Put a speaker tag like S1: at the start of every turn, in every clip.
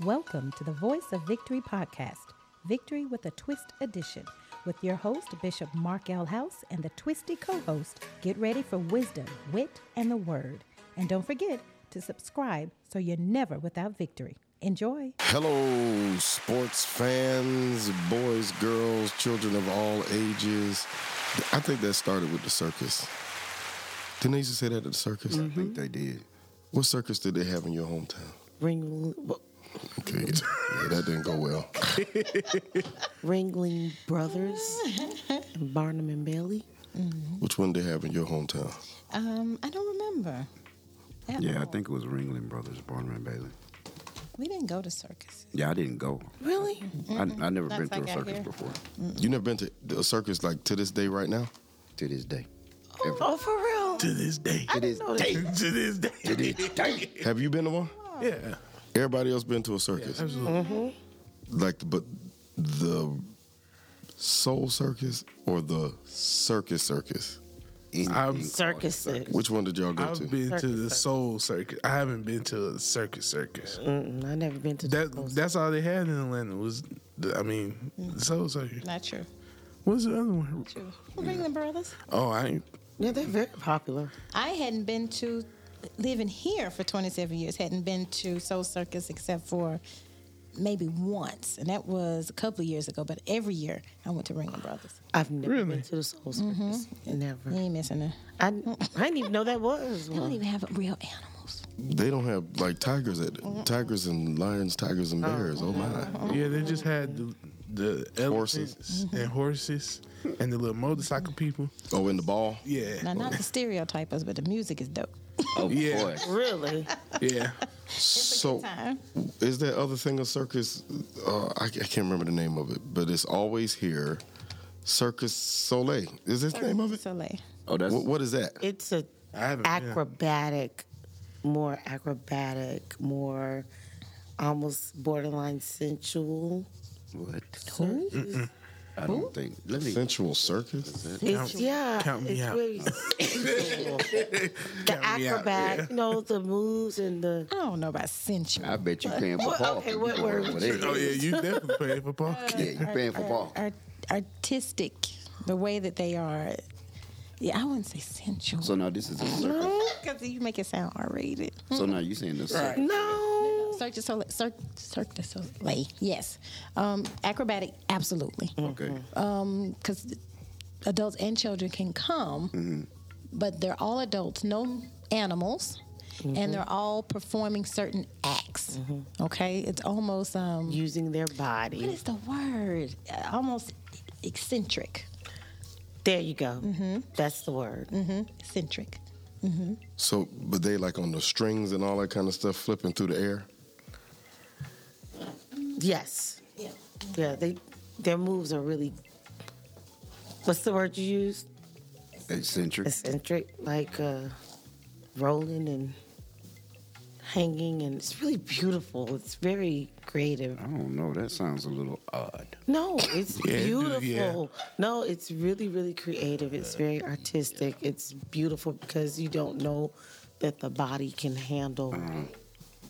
S1: Welcome to the Voice of Victory podcast, Victory with a Twist edition, with your host, Bishop Mark L. House, and the twisty co host. Get ready for wisdom, wit, and the word. And don't forget to subscribe so you're never without victory. Enjoy.
S2: Hello, sports fans, boys, girls, children of all ages. I think that started with the circus. Didn't they used to say that at the circus?
S3: I
S4: Mm-hmm.
S3: think they did.
S2: What circus did they have in your hometown?
S5: Ring,
S2: Okay, yeah, that didn't go well.
S5: Ringling Brothers, and Barnum and Bailey.
S2: Which one did they have in your hometown?
S6: Um, I don't remember. That
S3: Yeah, I
S6: long.
S3: think it was Ringling Brothers, Barnum and Bailey.
S6: we didn't go to circuses.
S3: Yeah, I didn't go.
S5: Really?
S3: I, I never
S6: Not
S3: been
S6: till I
S3: to a
S6: got
S3: circus
S6: here.
S3: before.
S2: You never been to a circus like to this day right now?
S3: To this day.
S5: Oh, for real?
S3: To this day.
S5: I didn't know that.
S3: To this day. To this day.
S2: Have you been to one?
S4: Yeah,
S2: Everybody else been to a circus?
S4: absolutely.
S2: like, but the soul circus or the circus circus?
S4: I've,
S5: Circus. it.
S2: Which one did y'all go to?
S4: I've been to the Soul Circus. I haven't been to a circus circus.
S5: Mm, I never been to
S4: That
S5: those.
S4: that's all they had in Atlanta was, the, I mean, the Soul Circus.
S6: Not true.
S4: What's the other one?
S6: True. Ringling Brothers.
S4: Oh, I ain't.
S5: Yeah, they're very popular.
S6: I hadn't been to living here for 27 years. Hadn't been to Soul Circus except for maybe once, and that was a couple of years ago. But every year I went to Ringling Brothers.
S5: I've never
S4: Really?
S5: been to the Soul Circus. Never.
S6: You ain't missing it.
S5: I, I didn't even know that was.
S6: They don't
S5: One.
S6: even have real animals.
S2: They don't have like tigers at tigers and lions, tigers and bears. Oh my!
S4: Yeah, they just had the, the
S2: Horses.
S4: elephants and horses and the little motorcycle people.
S2: Oh, in the ball.
S4: Yeah,
S6: Now, not the stereotypers, but the music is dope.
S3: Of
S4: Yeah.
S3: course.
S5: Really?
S4: yeah.
S2: So,
S6: time.
S2: is that other thing a circus? Uh, I, I can't remember the name of it, but it's always here. Circus Soleil is this the name of it?
S6: Soleil.
S3: Oh, that's
S2: What, what is that?
S5: It's a
S4: I haven't been.
S5: acrobatic, more acrobatic, more almost borderline sensual.
S3: what?
S5: Who?
S3: I don't think. Let me.
S2: Sensual circus.
S5: It's yeah.
S4: count me
S5: it's
S4: out.
S5: very sensual. the
S4: Count me out,
S5: acrobat,
S4: yeah.
S5: you know, the moves and the
S6: I don't know about sensual.
S3: I bet you paying for
S5: What-
S3: Paul.
S5: okay, what word would you-
S4: Oh yeah, you definitely paid for
S3: Yeah,
S4: parking.
S3: you paying for Paul.
S6: art, artistic, the way that they are. Yeah, I wouldn't say sensual.
S3: So now this is a circus.
S6: Because you make it sound R-rated.
S3: So now you saying this? circus.
S5: no.
S6: Cirque du Soleil. Cirque, Cirque du Soleil. Yes. Um, acrobatic, absolutely.
S2: Mm-hmm.
S3: Okay.
S6: Mm-hmm. Because adults and children can come, but they're all adults, no animals, and they're all performing certain acts. Okay? It's almost, um,
S5: Using their
S6: what
S5: body.
S6: is the word? Uh, Almost eccentric.
S5: There you go.
S6: Mm-hmm.
S5: That's the word.
S6: Eccentric.
S2: So, but they like on the strings and all that kind of stuff, flipping through the air.
S5: Yes.
S6: Yeah.
S5: Yeah. They their moves are really. What's the word you use?
S3: Eccentric.
S5: Eccentric, like uh, rolling and hanging, and it's really beautiful. It's very creative.
S3: I don't know. That sounds a little odd.
S5: No, it's
S4: Yeah, it
S5: beautiful.
S4: do, yeah.
S5: No, it's really, really creative. It's very artistic. It's beautiful because you don't know that the body can handle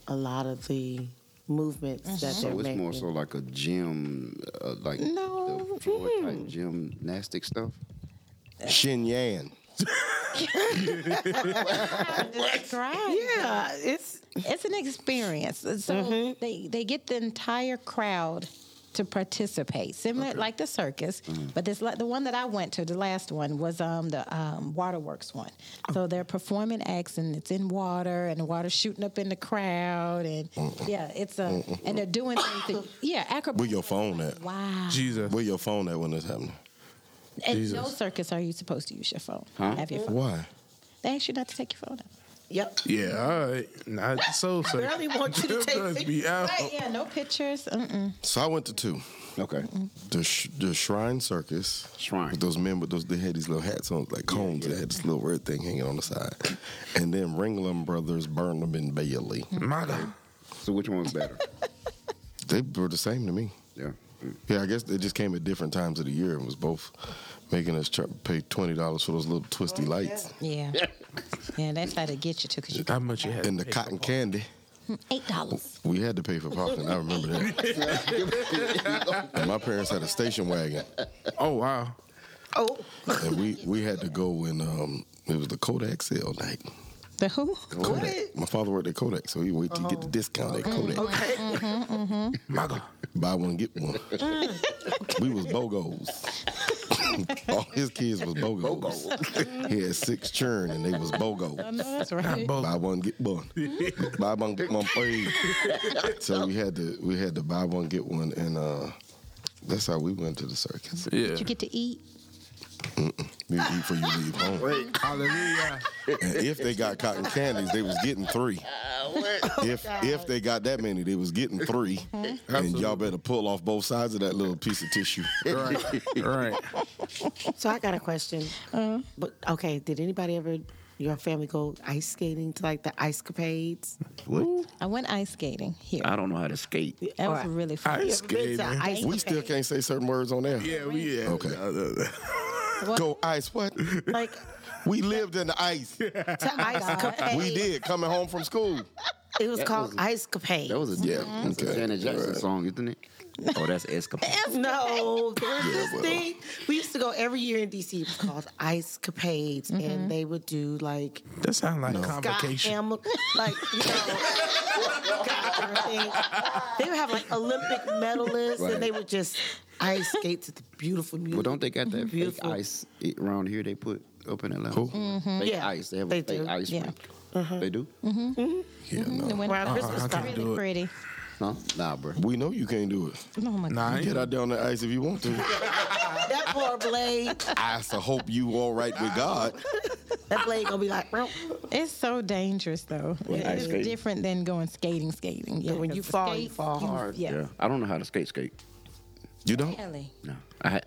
S5: a lot of the movements that they're
S3: So Oh, it's
S5: making.
S3: more so like a gym, uh, like the floor type gymnastic stuff.
S2: Shin Yan.
S6: That's right.
S5: yeah, it's
S6: it's an experience. So they they get the entire crowd to participate, similar like the circus. But this like the one that I went to, the last one was um the um, waterworks one. So they're performing acts and it's in water and the water's shooting up in the crowd and yeah, it's a and they're doing things. That, yeah, acrobatics.
S2: Where your phone at?
S6: Wow.
S4: Jesus.
S2: Where your phone at when this happening?
S6: And
S4: Jesus.
S6: no circus are you supposed to use your phone.
S3: Huh?
S6: Have your phone.
S2: Why?
S6: They ask you not to take your phone out.
S5: yep.
S4: Yeah, all right. Not so circus.
S5: Barely want you to
S4: Them
S5: take
S4: must
S5: pictures.
S4: be out.
S6: Right, yeah, no pictures. Mm-mm.
S2: So I went to two.
S3: Okay.
S2: the sh- the Shrine Circus.
S3: Shrine.
S2: With those men with those they had these little hats on, like combs. They had this little red thing hanging on the side, and then Ringling Brothers, Burnham and Bailey.
S4: My God.
S3: So which one's better?
S2: They were the same to me.
S3: yeah. Mm.
S2: Yeah, I guess they just came at different times of the year and was both making us tr- pay twenty dollars for those little
S4: Oh,
S2: twisty lights
S6: Yeah. yeah, that's how they get you too, because you
S4: How much you had?
S2: and the
S4: to pay
S2: cotton
S4: for
S2: candy.
S6: Hmm, Eight dollars.
S2: We had to pay for popcorn. I remember that. And my parents had a station wagon,
S4: Oh wow.
S5: Oh,
S2: and we we had to go and um, it was the Kodak sale night.
S6: The who?
S2: Kodak. My father worked at Kodak, so he waited to get the discount at Kodak.
S4: My God.
S2: Buy one get one. we was bogos. All his kids was bogos. he had six children, and they was bogos.
S6: That's right.
S2: buy one get one. buy one get one free. so we had to we had to buy one get one, and uh, that's how we went to the circus.
S4: Yeah.
S6: Did you get to eat?
S2: We eat for you leave home.
S4: Wait, hallelujah.
S2: And if they got cotton candies, they was getting three.
S4: Oh,
S2: If if they got that many, they was getting three.
S4: Mm-hmm.
S2: And y'all better pull off both sides of that little piece of tissue.
S4: right. Right.
S5: so I got a question. But okay, did anybody ever your family go ice skating to like the ice capades?
S3: What?
S6: I went ice skating here.
S3: I don't know how to skate.
S6: That was
S5: Alright.
S6: really
S4: I
S6: fun.
S4: skated.
S5: ice
S2: We still can't say certain words on there.
S4: Yeah, we yeah.
S2: Okay.
S6: What?
S2: Go ice what?
S5: like
S2: We lived in the ice.
S5: to ice capades.
S2: We did coming home from school.
S5: It was called ice capades.
S3: That was a yeah. Mm-hmm. That's
S2: okay.
S3: a Janet Jackson song, isn't it? Oh, that's Escapade.
S5: No, there was this thing. We used to go every year in DC. It was called Ice Capades, and they would do like
S4: That sounds like
S5: Scott
S4: convocation.
S5: Hamilton, like you know, Scott thing. they would have like Olympic medalists,
S3: Right.
S5: and they would just ice skate to the beautiful music.
S3: Well, don't they got that fake
S5: Beautiful.
S3: ice i- around here? They put up in Atlanta. Mm-hmm. Fake
S5: Yeah,
S3: ice. They Uh-huh. have
S5: they
S3: a fake
S5: do.
S3: ice
S6: Yeah.
S3: rink. They do?
S2: Yeah, no.
S6: Went
S5: Around Christmas
S4: I can't
S5: time.
S4: do it.
S6: pretty.
S3: No, nah, bro.
S2: We know you can't do it.
S6: Oh my
S4: Nah, I ain't-
S2: Get out there on the ice if you want to.
S5: That poor blade,
S2: I so hope you all right with God.
S5: that blade gonna be like, bro.
S6: It's so dangerous though.
S3: Well, ice
S6: it's
S3: skating.
S6: different than going skating, skating. Yeah,
S5: when
S6: 'cause
S5: you
S6: the
S5: fall, you
S6: skates,
S5: fall hard.
S6: Yeah.
S3: I don't know how to skate. Skate.
S2: You don't?
S6: Ellie.
S3: No, I ha-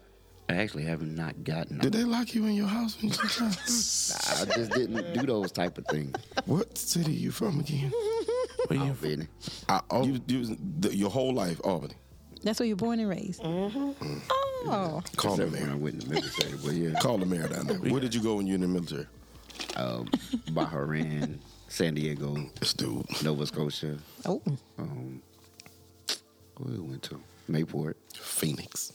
S3: I actually have not gotten.
S2: Did they lock you in your house? When you came?
S3: I just didn't do those type of things.
S2: what city you from again?
S4: Mm-hmm. Where you
S3: Oh,
S4: from?
S3: really?
S2: I, oh, you, you, the, your whole life, Albany.
S6: That's where you were born and raised.
S5: Mm-hmm.
S6: Oh,
S2: Call the
S3: Except when I
S2: mayor.
S3: went in the military, but yeah,
S2: Call the mayor down there. Where did you go when you were in the military?
S3: um, Bahrain, San Diego,
S2: This dude.
S3: Nova Scotia.
S6: oh,
S3: Um, where we went to Mayport,
S2: Phoenix.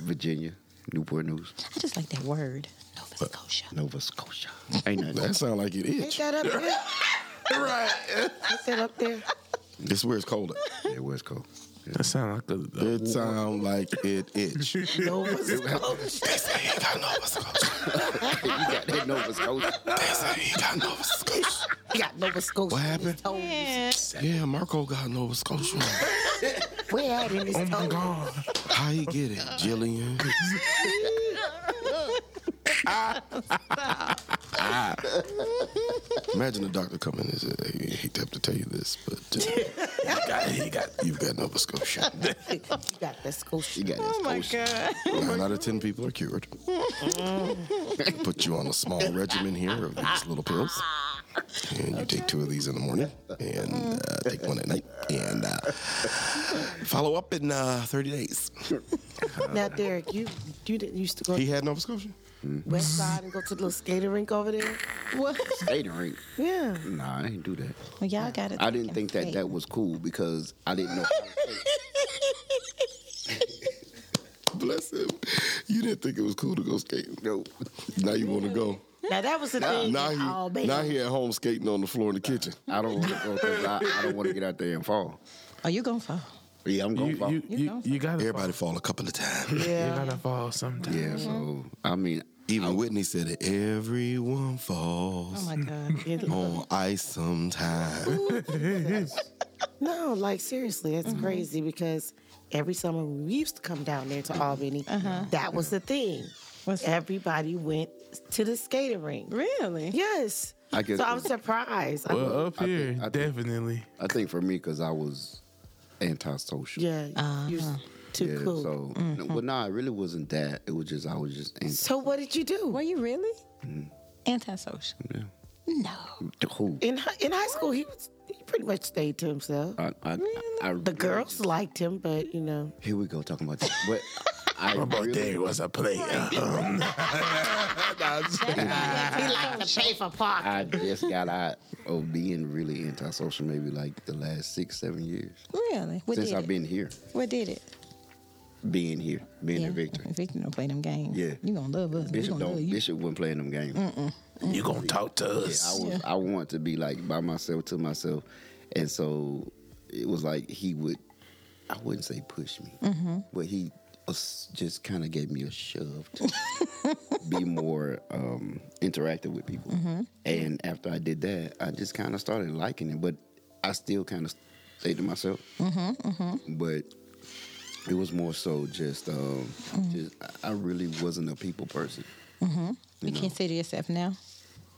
S3: Virginia, Newport News,
S6: I just like that word, Nova Scotia.
S3: Nova Scotia. Ain't nothing.
S2: That sound like it
S5: Ain't
S2: is.
S5: that up there?
S4: Right.
S5: Ain't that up there?
S2: It's where it's colder.
S3: Yeah, West Coast.
S4: That sounds like a,
S2: It sound like it itch.
S5: Nova
S2: They say he got Nova Scotia.
S3: you got that Nova Scotia.
S2: They say he got Nova Scotia.
S5: You got Nova Scotia.
S2: What happened?
S6: Yeah.
S2: Yeah, Marco got Nova Scotia.
S5: Where at in this
S4: Oh my God.
S2: How he get it, Jillian? Imagine a doctor coming and says, hey, I hate to have to tell you this, but uh, you got, you got, you've got Nova Scotia.
S5: You got that Scotia.
S3: You got that Scotia.
S2: Nine out of ten people are cured. Put you on a small regimen here of these little pills. And you take two of these in the morning and uh, take one at night and uh, follow up in uh, 30 days.
S5: Now, Derek, you you didn't used to go
S2: He had Nova Scotia?
S5: west side and go to the little skating rink over there?
S6: What?
S3: Skating rink.
S5: Yeah.
S3: Nah, I didn't do that.
S6: Well, y'all got it.
S3: I didn't think that
S6: taken.
S3: that was cool because I didn't know.
S2: Bless him. You didn't think it was cool to go skating. No. Now you want to go.
S5: Now that was the thing.
S2: Now
S5: in all
S2: he,
S5: Albany.
S2: now he at home skating on the floor in the kitchen.
S3: I don't want to go 'cause I, I don't want to get out there and fall.
S6: Oh, you gonna fall?
S3: Yeah, I'm gonna
S4: You
S3: fall.
S4: you you, you gotta
S2: Everybody fall a couple of times.
S4: fall. You
S5: yeah.
S4: gotta fall sometime.
S5: Mm-hmm.
S3: yeah, so I mean,
S2: Even Whitney said it. Everyone
S6: Oh
S2: falls
S6: my God.
S2: on ice sometime.
S5: No, like seriously, that's crazy because every summer when we used to come down there to Albany, that was the thing.
S6: What's-
S5: Everybody went to the skating rink.
S6: really?
S5: Yes.
S3: I guess-
S5: so I'm surprised. I'm-
S4: Well, uh, up here,
S3: I think-
S4: definitely.
S3: I think for me because I was antisocial.
S5: yeah. You're too
S3: Yeah,
S5: cool. Mm-hmm. So.
S3: So, no, but nah, it really wasn't that. It was just I was just anti.
S5: what did you do?
S6: Were you really?
S3: Mm-hmm.
S6: Antisocial. No.
S3: Who?
S5: In hi- in high school, he was, he pretty much stayed to
S3: Uh,
S5: himself.
S3: I, I, I, I
S5: the girls liked him, but you know,
S3: Here we go talking about this. But I
S4: My brother
S3: really,
S4: was a player. Um, nah, I'm just-
S6: He
S5: like to pay for parking.
S3: I just got out of being really antisocial maybe like the last six, seven years
S6: Really? What
S3: since
S6: did
S3: I've
S6: it?
S3: been here,
S6: What did it?
S3: being here, being a victor.
S6: Victor don't play them games.
S3: Yeah.
S6: You gonna love us. we
S3: Bishop
S6: gonna love
S3: don't.
S6: you.
S3: Bishop wasn't playing them games.
S4: you gonna talk to
S3: Yeah, I
S4: us?
S3: was. I want to be like by myself to myself, and so it was like he would. I wouldn't say push me, but he was- just kind of gave me a shove to be more um, interactive with people. And after I did that, I just kind of started liking it, but I still kind of stayed to myself. But it was more so just, um, just I- I really wasn't a people person.
S6: You
S3: know?
S6: consider yourself now.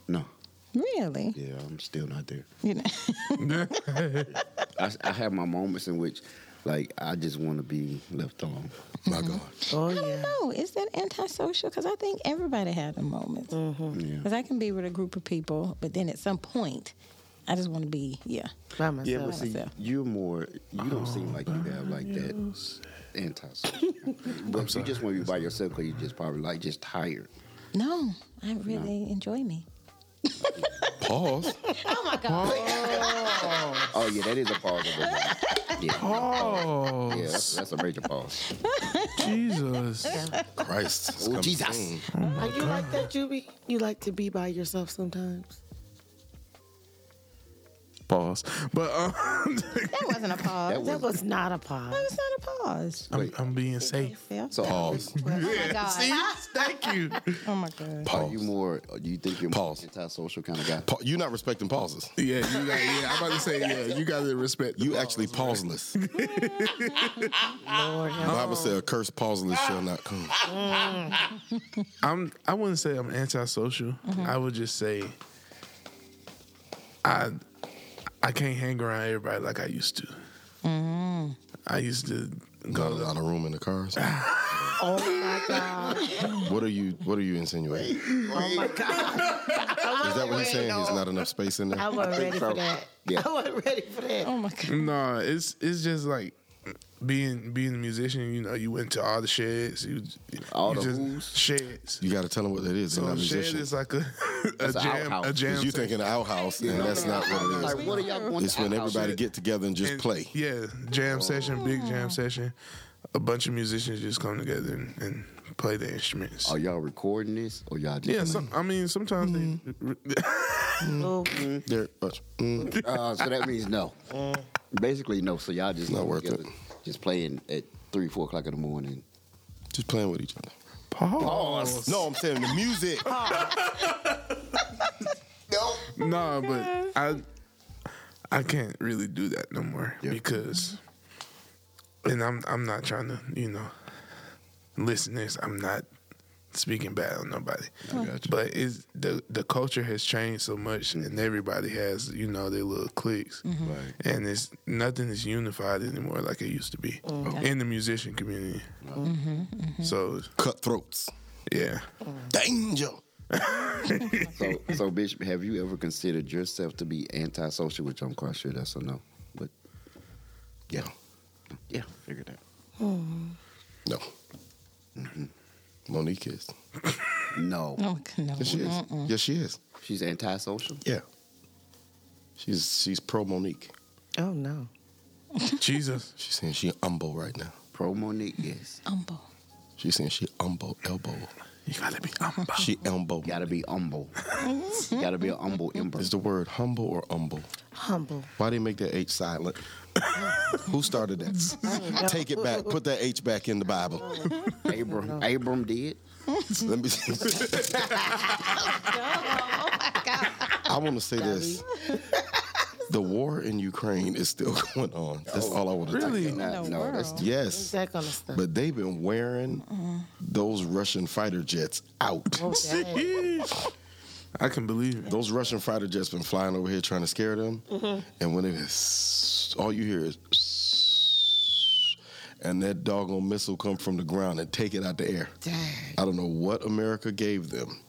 S3: No,
S6: Really?
S3: yeah, I'm still not there.
S6: You know.
S3: I, I have my moments in which, like, I just want to be left alone.
S2: My God.
S5: Oh
S6: I
S5: yeah.
S6: don't know. Is that antisocial? Because I think everybody had a moment. Because
S3: Yeah.
S6: I can be with a group of people, but then at some point, I just want to be yeah.
S5: By myself.
S3: Yeah, but see,
S6: myself.
S3: you're more. You don't seem like you have like that
S2: Oh,
S3: antisocial. but you just want to be by yourself because you just probably like just tired.
S6: No, I really enjoy me.
S2: Pause.
S6: Oh my god!
S3: Oh yeah, that is a pause. Of a yeah,
S4: Oh,
S3: yeah, that's, that's a major pause.
S4: Jesus.
S2: Christ. it's
S3: Oh,
S2: coming
S3: Jesus.
S2: soon.
S5: Are you like that, Juby? You like to be by yourself sometimes?
S4: Pause. But um,
S6: that wasn't a
S2: Oh,
S6: pause.
S3: That
S6: That
S3: was-
S6: was,
S5: That was not a pause.
S6: not a pause.
S4: I'm,
S3: Wait.
S4: I'm being safe.
S6: Yeah.
S3: So
S2: Pause.
S6: oh my god!
S4: See, thank you.
S6: Oh my god!
S3: Are
S2: Pause.
S3: you more? Do you think you're
S2: Pause.
S3: more antisocial kind of guy?
S2: Pa- you're not respecting pauses.
S4: Yeah, you got. Yeah, I'm about to say. Yeah, you got to respect. the
S2: You
S4: pause,
S2: actually
S4: man.
S2: pauseless. The Bible said a curse pauseless shall not come.
S4: I'm. I wouldn't say I'm antisocial. I would just say, I, I can't hang around everybody like I used to. I used to
S2: Got a
S4: go.
S2: lot of room in the cars.
S5: Oh my god.
S2: What are you what are you insinuating?
S5: Oh my god.
S2: Is that what he's saying? There's not enough space in
S5: I
S2: there?
S5: wasn't ready for that.
S3: Yeah.
S5: I wasn't ready for that.
S6: Oh my god!
S4: No, it's it's just like being being a musician. You know, you went to all the sheds. You
S3: All
S4: you
S3: the
S4: just-
S3: who's?
S4: sheds.
S2: You gotta tell him what that is. They're
S4: So
S2: not
S4: a shed
S2: musicians.
S4: is like a a
S3: That's a
S4: jam
S3: outhouse.
S4: a jam.
S2: You
S4: session.
S2: thinking outhouse, and that's not what it is.
S3: Like, what are y'all going
S2: It's
S3: to
S2: when
S3: outhouse?
S2: everybody get together and just
S4: And-
S2: play.
S4: Yeah,
S3: Oh.
S4: jam session, big jam session. A bunch of musicians just come together and, and play the instruments.
S3: Are y'all recording this or y'all just?
S4: yeah, some, I mean sometimes they.
S5: Oh,
S2: There, uh, mm,
S3: Uh, so that means no. Basically, no. So y'all just
S2: Not
S3: come
S2: worth it.
S3: together, Just playing at three, four o'clock in the morning.
S2: just playing with each other.
S4: Pause.
S2: No, I'm saying the music.
S4: No, but I I can't really do that no more
S3: Yeah.
S4: because and I'm I'm not trying to, you know, listen to this. I'm not speaking bad on nobody. But it's the the culture has changed so much and everybody has, you know, their little cliques.
S3: Right.
S4: And it's nothing is unified anymore like it used to be in the musician community. So
S2: Cutthroats.
S4: yeah.
S2: Danger.
S3: So, so Bishop, have you ever considered yourself to be antisocial? Which I'm quite sure that's a no. But
S2: Yeah.
S3: yeah, figure that.
S2: No. Monique is.
S3: No,
S6: Oh my god! No.
S2: Yes, she is. Yes, she is.
S3: she's antisocial.
S2: Yeah. She's she's pro Monique.
S5: oh no.
S4: Jesus.
S2: She's saying she umbo right now.
S3: Pro Monique, yes.
S1: Oh.
S6: Humble.
S2: She's saying she umbo elbow.
S4: You gotta be humble.
S2: She elbow.
S3: Gotta be humble. Gotta be an humble ember.
S2: Is the word humble or umbo?
S5: Humble.
S2: Why they make that H silent? Who started that? Take it back. Put that H back in the Bible.
S3: Abram, Abram did.
S2: Let me. I want to say this. The war in Ukraine is still going on. That's all I want to
S4: Really?
S2: tell you.
S3: No,
S6: the
S3: no, that's
S6: world.
S2: Yes.
S5: That kind of stuff.
S2: But they've been wearing those Russian fighter jets out.
S5: Oh, dang.
S4: I can believe it.
S2: Those Russian fighter jets been flying over here trying to scare them, and when it is, all you hear is, and that doggone missile come from the ground and take it out the air.
S5: Dang.
S2: I don't know what America gave them,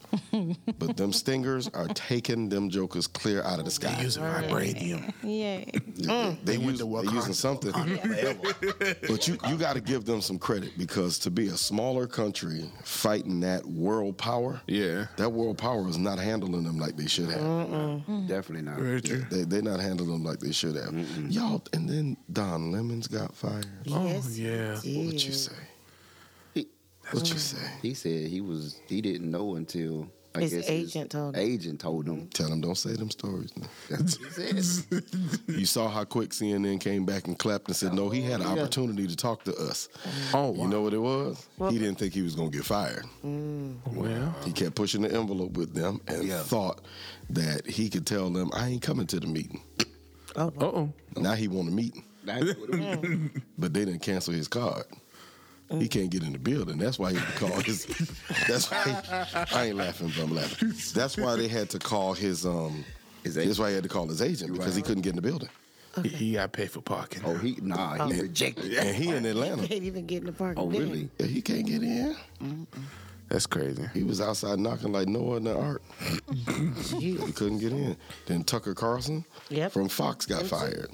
S2: but them stingers are taking them jokers clear out of the sky.
S4: They using vibranium.
S6: Yeah.
S2: they,
S4: went
S2: use-
S4: to
S2: they
S4: Wakanda
S2: using something. but you, you got to give them some credit because to be a smaller country fighting that world power,
S4: Yeah.
S2: that world power is not handling them like they should have.
S3: Definitely not.
S4: Very true.
S2: They, they're not handling them like they should have. Y'all, and then Don Lemons got fired.
S4: Oh,
S5: Yes,
S4: yeah.
S5: he
S2: What you
S5: did.
S2: say?
S3: He-
S2: What you say?
S3: He said he was he didn't know until I
S5: His
S3: guess
S5: agent told him.
S3: agent told him.
S2: Tell them don't say them stories. man.
S3: That's what he said.
S2: You saw how quick CNN came back and clapped and said, "No, he had an opportunity to talk to us."
S4: Oh, wow.
S2: You know what it was? He didn't think he was going to get fired.
S4: well,
S2: He kept pushing the envelope with them and thought that he could tell them, "I ain't coming to the meeting."
S4: uh oh.
S2: Now he want a meeting,
S3: That's what it was.
S2: but they didn't cancel his card. He can't get in the building. That's why he had to call his. that's why I ain't laughing, but I'm laughing. That's why they had to call his. Um,
S3: His
S2: that's why he had to call his agent because he couldn't get in the building,
S4: He, he got paid for parking.
S3: Oh, he nah, he rejected.
S2: and he in Atlanta.
S5: Can't even get in the parking.
S3: Oh, really?
S2: Yeah, He can't get in.
S4: That's crazy.
S2: He was outside knocking like Noah in the ark. he couldn't get in. Then Tucker Carlson
S5: Yep.
S2: from Fox got fired.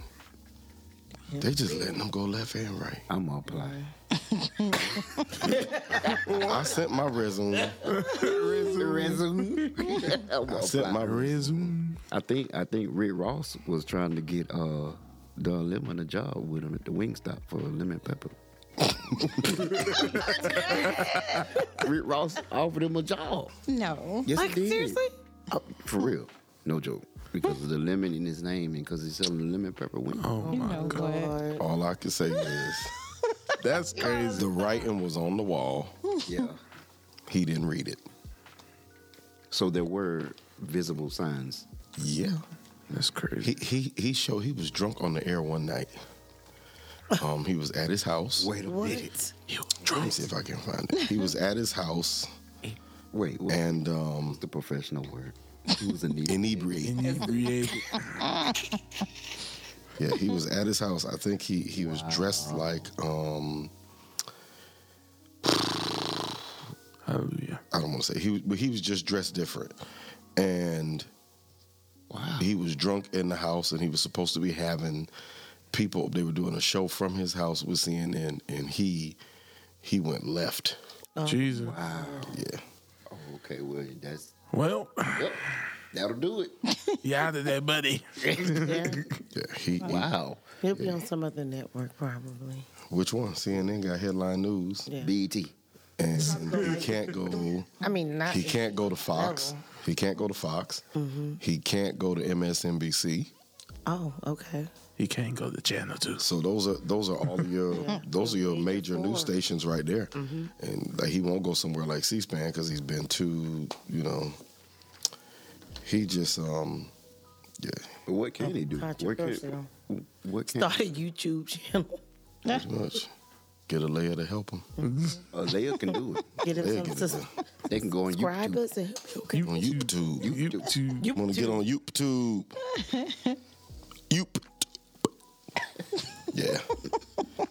S2: They just letting them go left and right.
S3: I'm gonna apply.
S2: I sent my resume.
S3: Resume.
S2: I sent my
S4: Resume.
S3: I think I think Rick Ross was trying to get uh Don Lemon a job with him at the Wingstop for lemon pepper. Rick Ross offered him a job.
S6: No.
S3: Yes,
S5: Like
S3: he did.
S5: seriously?
S3: Uh, for real, no joke. Because of the lemon in his name, and because he's selling lemon pepper wings.
S4: Oh,
S6: You
S4: my.
S6: know what?
S5: Oh,
S2: All I can say is
S4: That's crazy.
S2: the writing was on the wall.
S3: Yeah.
S2: He didn't read it.
S3: So there were visible signs.
S2: Yeah.
S4: That's crazy.
S2: He he he showed he was drunk on the air one night. Um, he was at his house.
S3: a
S5: What?
S4: you
S2: Let me
S4: drunk.
S2: see if I can find it. He was at his house
S3: Wait, what and
S2: and um,
S3: the professional word? He was a
S2: inebriated.
S4: Inebriated.
S2: Yeah, he was at his house. I think he he was dressed like um
S4: Hallelujah.
S2: I don't want to say he was, but he was just dressed different, and
S3: Wow.
S2: he was drunk in the house, and he was supposed to be having people. They were doing a show from his house with CNN, and he he went left.
S4: Jesus.
S2: Yeah,
S3: Oh, okay, well, that's
S4: Well,
S3: yep, that'll do it.
S4: you out of there, buddy.
S5: Yeah.
S2: yeah. He, he-
S3: Wow.
S5: He'll be on some other network probably.
S2: which one? CNN got headline news,
S5: Yeah.
S3: BET.
S2: and he can't go.
S5: I mean, not.
S2: He can't go to Fox. He can't go to Fox.
S3: Mm-hmm.
S2: He can't go to MSNBC.
S5: Oh, okay.
S4: He can't go to channel two.
S2: So those are those are all your those are your major news stations right there,
S4: Mm-hmm.
S2: and like, he won't go somewhere like C-SPAN because he's been too you know. He just um, yeah.
S3: But what can he do? What can,
S5: Controversial.
S3: what can
S5: Start a YouTube channel.
S2: Pretty much. Get a layer to help him.
S3: uh, they can do it?
S5: Get
S2: They'll
S5: him
S2: get it
S5: some
S2: done.
S3: They can go on
S5: subscribe
S3: YouTube.
S5: us and
S4: You
S2: On YouTube.
S4: You two.
S2: You want to get on YouTube. YouTube. yeah.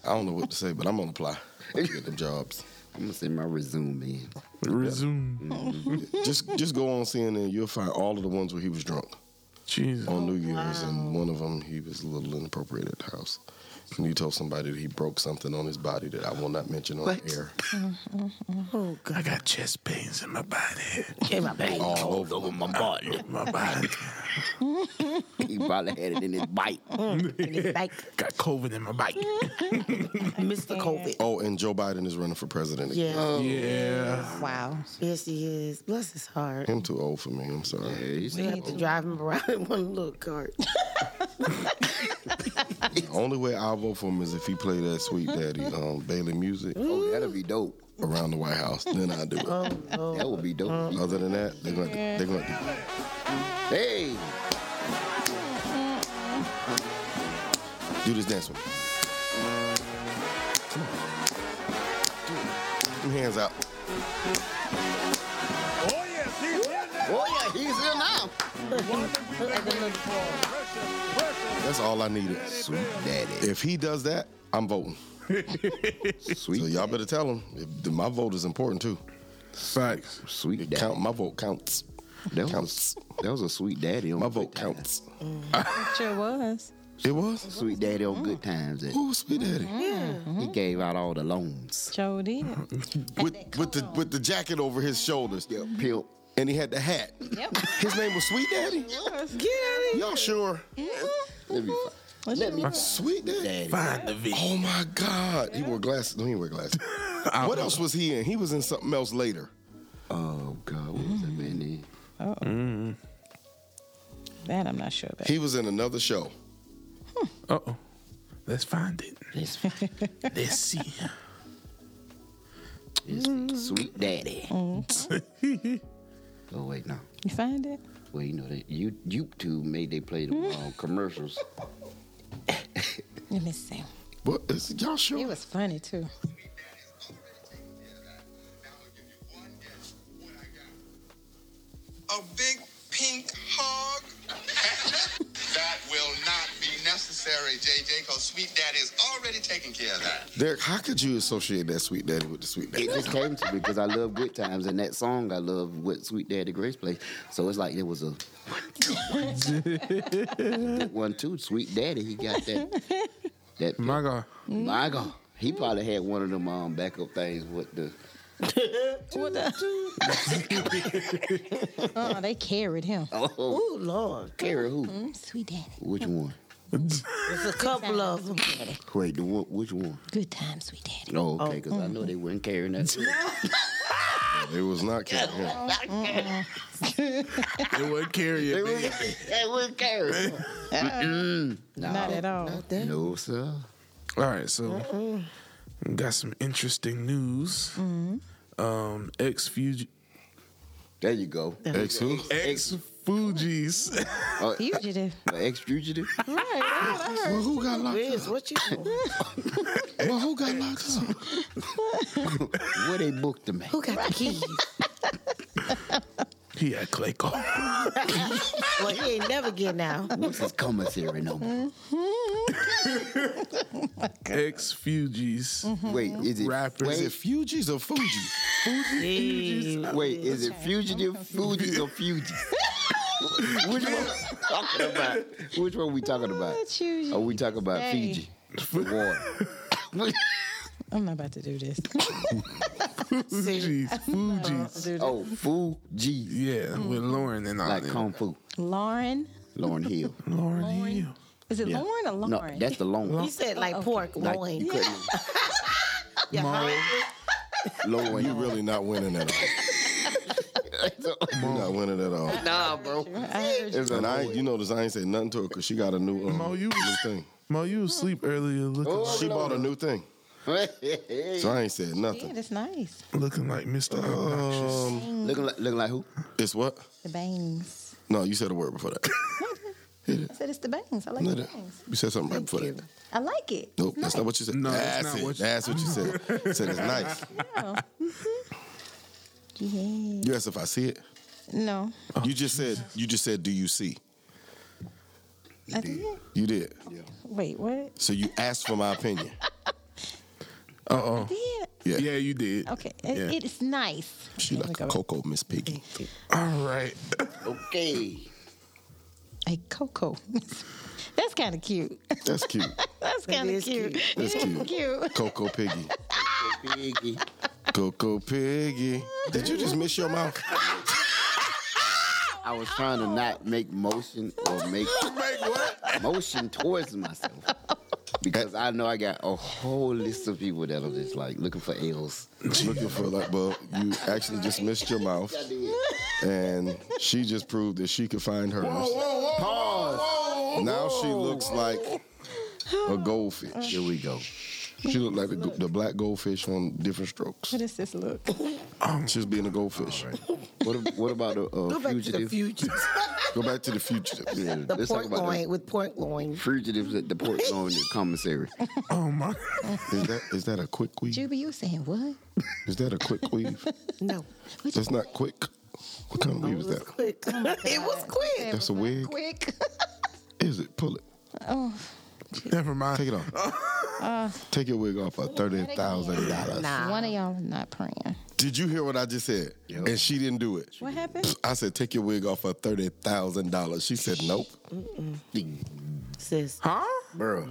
S2: I don't know what to say, but I'm gonna apply. Get them jobs.
S3: I'm gonna send my resume in.
S4: Resume.
S2: Just just go on CNN. You'll find all of the ones where he was drunk.
S4: Jesus.
S2: on New Year's, and one of them he was a little inappropriate at the house. And he told somebody that he broke something on his body that I will not mention on
S3: What?
S2: air.
S4: I got chest pains in my body.
S5: get my back.
S2: All over.
S3: my body.
S4: My body.
S3: he probably had it in his bite.
S5: Like
S4: Got COVID in my bike.
S5: Mr. COVID.
S2: Oh, and Joe Biden is running for president. again.
S5: Yeah.
S4: Yeah.
S6: Wow.
S5: Yes, he is. Bless his heart.
S2: Him too old for me. I'm sorry.
S3: Yeah, he's-
S5: We have to drive him around in one little cart.
S2: The only way I'll vote for him is if he play that sweet daddy um, Bailey music
S3: oh, that'll be dope.
S2: around the White House. Then I do it.
S3: That would be dope. Uh,
S2: Other than that, they're going to they're going to
S3: Hey,
S2: do this dance with me. Come on. Do it. Them hands out.
S3: oh yeah, he's here now.
S2: That's all I needed.
S3: Sweet daddy.
S2: If he does that, I'm voting.
S3: Sweet.
S2: So y'all better tell him. If, my vote is important too.
S4: Facts.
S3: Sweet daddy.
S2: Count my vote counts.
S3: That was,
S2: counts.
S3: that was a sweet daddy on
S2: My
S3: good
S2: vote
S3: times.
S2: counts.
S6: Sure was.
S2: It was.
S3: Sweet daddy on good times. that
S2: Who was Sweet Daddy?
S6: Mm-hmm.
S3: He gave out all the loans.
S6: Sure did.
S2: With with the with the jacket over his shoulders.
S3: Pimp.
S2: And he had the hat.
S6: Yep.
S2: His name was Sweet Daddy.
S6: Get out of
S2: Y'all sure?
S3: Let me
S6: Let's
S3: let me
S2: Sweet Daddy.
S4: Find the video.
S2: Oh my God. He wore glasses. No, he didn't wear glasses. what else was he in? He was in something else later.
S3: Oh God, what was that man name?
S6: That I'm not sure about.
S2: He was in another show.
S4: Uh oh. Let's find it.
S3: This,
S4: Let's see.
S3: this sweet daddy. oh wait, no.
S6: You find it? Mm-hmm.
S3: Well, you know that you YouTube made they play the wrong commercials.
S6: Let me see.
S2: What is y'all sure?
S6: It was funny too.
S7: a big pink hog? that will not be necessary, JJ, because Sweet Daddy is already taking care of that.
S2: Derek, how could you associate that Sweet Daddy with the Sweet Daddy?
S3: It just came to me because I love good times, and that song I love what Sweet Daddy Grace plays. So it's like there was a one, two, one. one, two. Sweet Daddy, he got that. That
S4: My God.
S6: Mm-hmm.
S3: My God. He probably had one of them um, backup things with the
S6: Oh, they carried him.
S3: oh
S5: Ooh, Lord.
S3: Carrie who?
S6: Mm, Sweet daddy.
S3: Which one?
S5: There's a couple of them.
S3: Wait, the one, which one?
S6: Good time, sweet daddy.
S3: No, Oh, okay, because I know
S6: mm-hmm.
S3: they weren't carrying that.
S2: It was not Cat. Yeah.
S4: It wasn't carry
S3: they
S4: it.
S3: weren't,
S4: man.
S3: they weren't carrying. Mm-mm. No,
S6: Not at all.
S3: no, sir.
S4: All right, so we got some interesting news. Um, ex Fuji,
S3: There you go.
S2: Ex who?
S4: ex Fuji's.
S6: Fugitive.
S3: Ex fugitive.
S2: Well, who got locked up?
S5: Wiz, what you doing?
S2: Well, who got locked up?
S3: Where they booked them at?
S5: Who got the keys?
S4: he had Clayco.
S5: Well, he ain't never getting out.
S3: What's his commissary number?
S4: ex Fuji's.
S6: Mm-hmm.
S3: Wait, is it
S4: Rappers.
S3: Wait,
S2: Is it Fuji's or Fuji?
S5: Hey,
S3: wait, is it fugitive, fugies, or fugies? Which one we talking about? Which one we talking about?
S6: It's you.
S3: Are we talking about
S6: Hey.
S3: Fiji? The water.
S6: I'm not about to do this.
S4: Fuji's. Fuji's.
S6: Do this.
S3: oh, Fuji.
S4: Yeah, with Lauren and all
S3: Like
S4: that.
S3: Kung Fu.
S6: Lauren.
S3: Lauren Hill.
S4: Lauren, Hill.
S6: Is it
S3: Yeah.
S6: Lauren or
S3: No,
S6: Lauren?
S3: that's the long
S5: he said like pork
S3: Like,
S5: loin.
S3: you couldn't.
S5: Yeah,
S3: Lower
S2: You really not winning at all. You're not winning at all.
S3: Nah, bro.
S6: I heard you.
S2: And I, you notice, I ain't said nothing to her because she got a new, um,
S4: Mo, you-
S2: new thing.
S4: Mo, you was asleep earlier looking,
S2: She bought a new thing, so I ain't said
S6: Yeah,
S2: nothing.
S6: that's nice.
S4: looking like Mr. Obnoxious.
S3: looking like looking like who?
S2: It's what?
S6: The bangs.
S2: No, you said a word before that.
S6: I said it's the bangs. I like
S2: No,
S6: the
S2: that-
S6: bangs.
S2: You said something right before that.
S6: I like it.
S2: Nope, that's not what you said.
S4: No, that's
S2: that's,
S4: not
S2: it.
S4: what you-
S2: that's what you said. You said it's nice.
S6: Yeah.
S2: You asked if I see it.
S6: No.
S2: You just said. You just said. Do you see?
S6: I did.
S2: You did.
S6: Wait, what?
S2: So you asked for my opinion.
S4: Uh oh.
S6: Did.
S2: Yeah.
S4: Yeah, you did.
S6: Okay. It,
S4: Yeah.
S6: It's nice.
S2: She
S6: There we
S2: like
S6: go.
S2: a cocoa, Miss Piggy.
S4: All right.
S3: Okay.
S6: A cocoa. That's kind of cute.
S2: That's cute.
S6: That's kind of
S5: is
S6: cute.
S5: cute.
S2: That's cute.
S6: Cute.
S2: Cocoa Piggy.
S3: Biggie.
S2: Cocoa Piggy. Did you just miss your mouth?
S3: I was trying to not make motion or make motion towards myself. Because I know I got a whole list of people that are just like looking for L's.
S2: Looking for like, well, you actually just missed your mouth, and she just proved that she could find hers. Now she looks like a goldfish. Here we go. She looked like a go- the black goldfish on different strokes.
S6: What is this look?
S2: She was being a goldfish.
S3: What, ab- what about the uh,
S5: Go back to the
S3: fugitive?
S5: future.
S2: Go back to the future.
S3: Yeah,
S5: The
S3: let's talk
S5: pork
S3: about
S5: loin
S3: the
S5: with pork loin.
S3: fugitives at the port on the commissary.
S4: Oh my.
S2: Is that is that a quick weave?
S6: Juby, you saying what?
S2: Is that a quick weave?
S5: No,
S2: That's not quick. What kind of weave is
S5: it was
S2: that?
S5: quick. it was quick.
S2: That's a wig.
S6: Quick.
S2: Is it? Pull it.
S4: Never mind.
S2: Take it
S6: Uh.
S2: off. Take your wig off for thirty thousand dollars.
S5: Nah.
S6: One of y'all is not praying.
S2: Did you hear what I just said? And she didn't do it.
S6: What happened?
S2: I said, take your wig off for thirty thousand dollars. She said, nope.
S5: Sis,
S4: Huh?
S3: bro,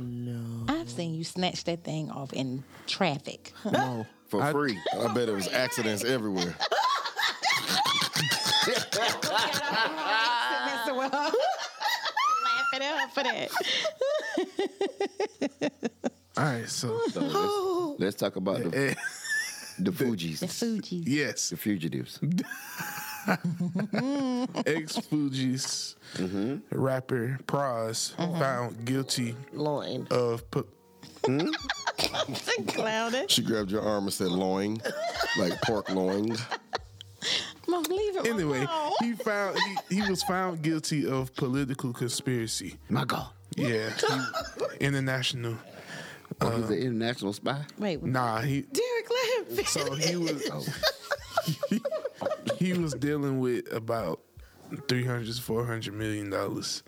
S6: I've seen you snatch that thing off in traffic.
S3: for
S4: I-
S3: free.
S2: I bet it was accidents everywhere.
S6: That's the one. Laughing up for that.
S4: All right, so
S3: So let's, let's talk about the,
S4: eh,
S3: the Fugees,
S6: The Fuji.
S4: yes,
S3: the fugitives.
S4: ex Fuji's rapper Praz found guilty
S5: loin.
S4: of pu-
S6: Clowning.
S2: She grabbed your arm and said loin, like pork loin.
S6: Mom, leave it
S4: anyway.
S6: alone.
S4: He found he, he was found guilty of political conspiracy.
S3: My God,
S4: Yeah, he- international.
S3: oh, he's
S4: Uh-huh.
S3: an international spy.
S6: Wait,
S4: Nah, he
S6: Derek, let him finish.
S4: so he was
S3: Oh.
S4: he, was dealing with about 300 400 million dollars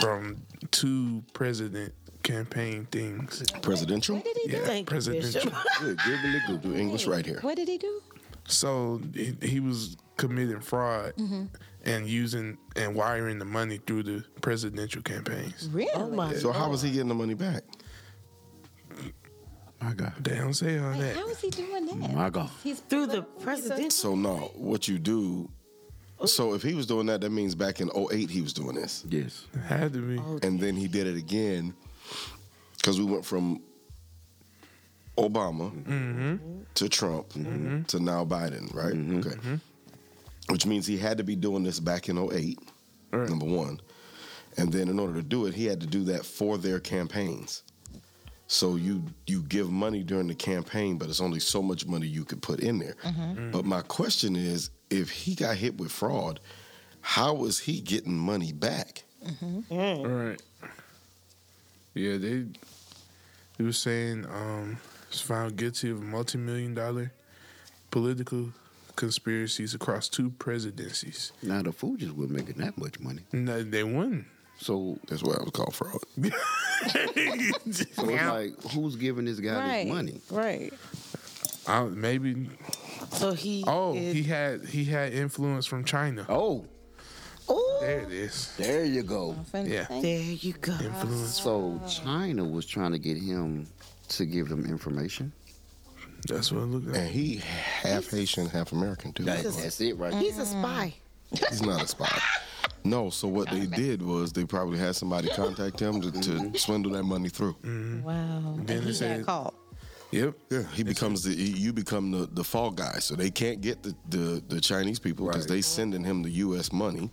S4: from two president campaign things.
S2: Presidential?
S6: What did he do?
S4: Yeah,
S5: Thank you, Bishop.
S4: presidential.
S2: Good, gibbly goo. Do English right here.
S6: What did he do?
S4: So he- he was committing fraud and using and wiring the money through the presidential campaigns.
S6: Really?
S5: Oh my
S2: So how was he getting the money back?
S3: My God,
S4: They don't say all
S6: Like,
S4: that.
S6: how is he doing that?
S3: my God.
S6: He's
S5: Through the presidential.
S2: So no, what you do. So if he was doing that, that means back in 08 he was doing this.
S3: Yes,
S4: Had to be.
S2: And then he did it again because we went from Obama to Trump to now Biden, right? Okay. Which means he had to be doing this back in 08,
S4: Right.
S2: number one. And then in order to do it, he had to do that for their campaigns. So you you give money during the campaign, but it's only so much money you could put in there. But my question is, if he got hit with fraud, how was he getting money back?
S4: All right. Yeah, they. He was saying um, was found guilty of multi-million dollar political conspiracies across two presidencies.
S3: now the Fugees were making that much money.
S4: No, they won.
S3: So,
S2: That's why I was called fraud.
S3: so it's like, who's giving this guy
S6: right.
S3: this money?
S6: Right.
S4: I, maybe.
S5: So he.
S4: Oh,
S5: is-
S4: he had he had influence from China.
S3: Oh,
S4: There it is.
S3: there you go.
S4: Yeah.
S5: There you go.
S4: Influence.
S3: So China was trying to get him to give them information.
S4: That's what it looked like.
S2: And he half Haitian, half American too.
S3: That's it, right?
S5: He's a spy.
S2: He's not a spy. No, so what they did was they probably had somebody contact him to, to swindle that money through.
S6: Wow.
S4: Then
S6: and
S4: they
S6: he
S4: said-
S6: got caught.
S4: Yep.
S2: Yeah, he becomes the he- you become the the fall guy, so they can't get the the, the Chinese people because
S3: Right.
S2: they sending him the U.S. money.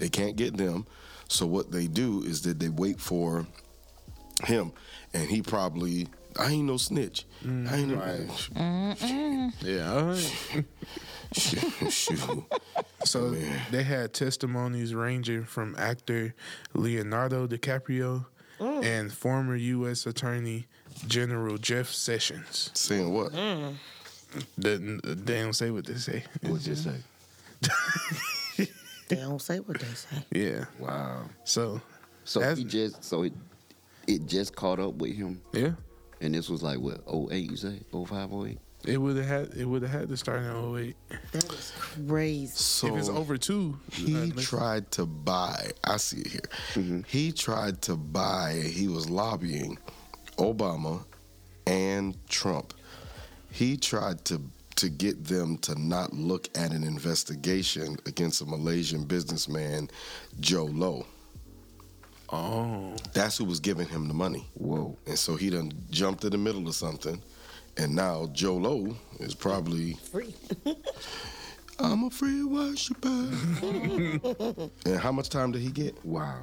S2: They can't get them, so what they do is that they wait for him, and he probably I ain't no snitch. I ain't no.
S3: Yeah, all right.
S2: Shoot, shoot.
S4: So they had testimonies ranging from actor Leonardo DiCaprio and former U.S. Attorney General Jeff Sessions.
S2: Saying what?
S4: They, they don't say what they say.
S3: What's it say?
S5: They don't say what they say.
S4: Yeah.
S3: Wow.
S4: So,
S3: So
S4: That's-
S3: he just so it it just caught up with him,
S4: yeah,
S3: and this was like what 08, you Oh say 05, 08?
S4: it would have had it would have had to start in 08.
S5: That is crazy.
S2: So
S4: if it's over two, uh,
S2: He
S4: listen,
S2: tried to buy. I see it here. He tried to buy. He was lobbying Obama and Trump. He tried to to get them to not look at an investigation against a Malaysian businessman, Joe Low.
S4: Oh,
S2: That's who was giving him the money.
S3: Whoa.
S2: And so he done jumped in the middle of something. And now Joe Low is probably
S5: Free.
S2: I'm a free worshiper. and how much time did he get?
S3: Wow.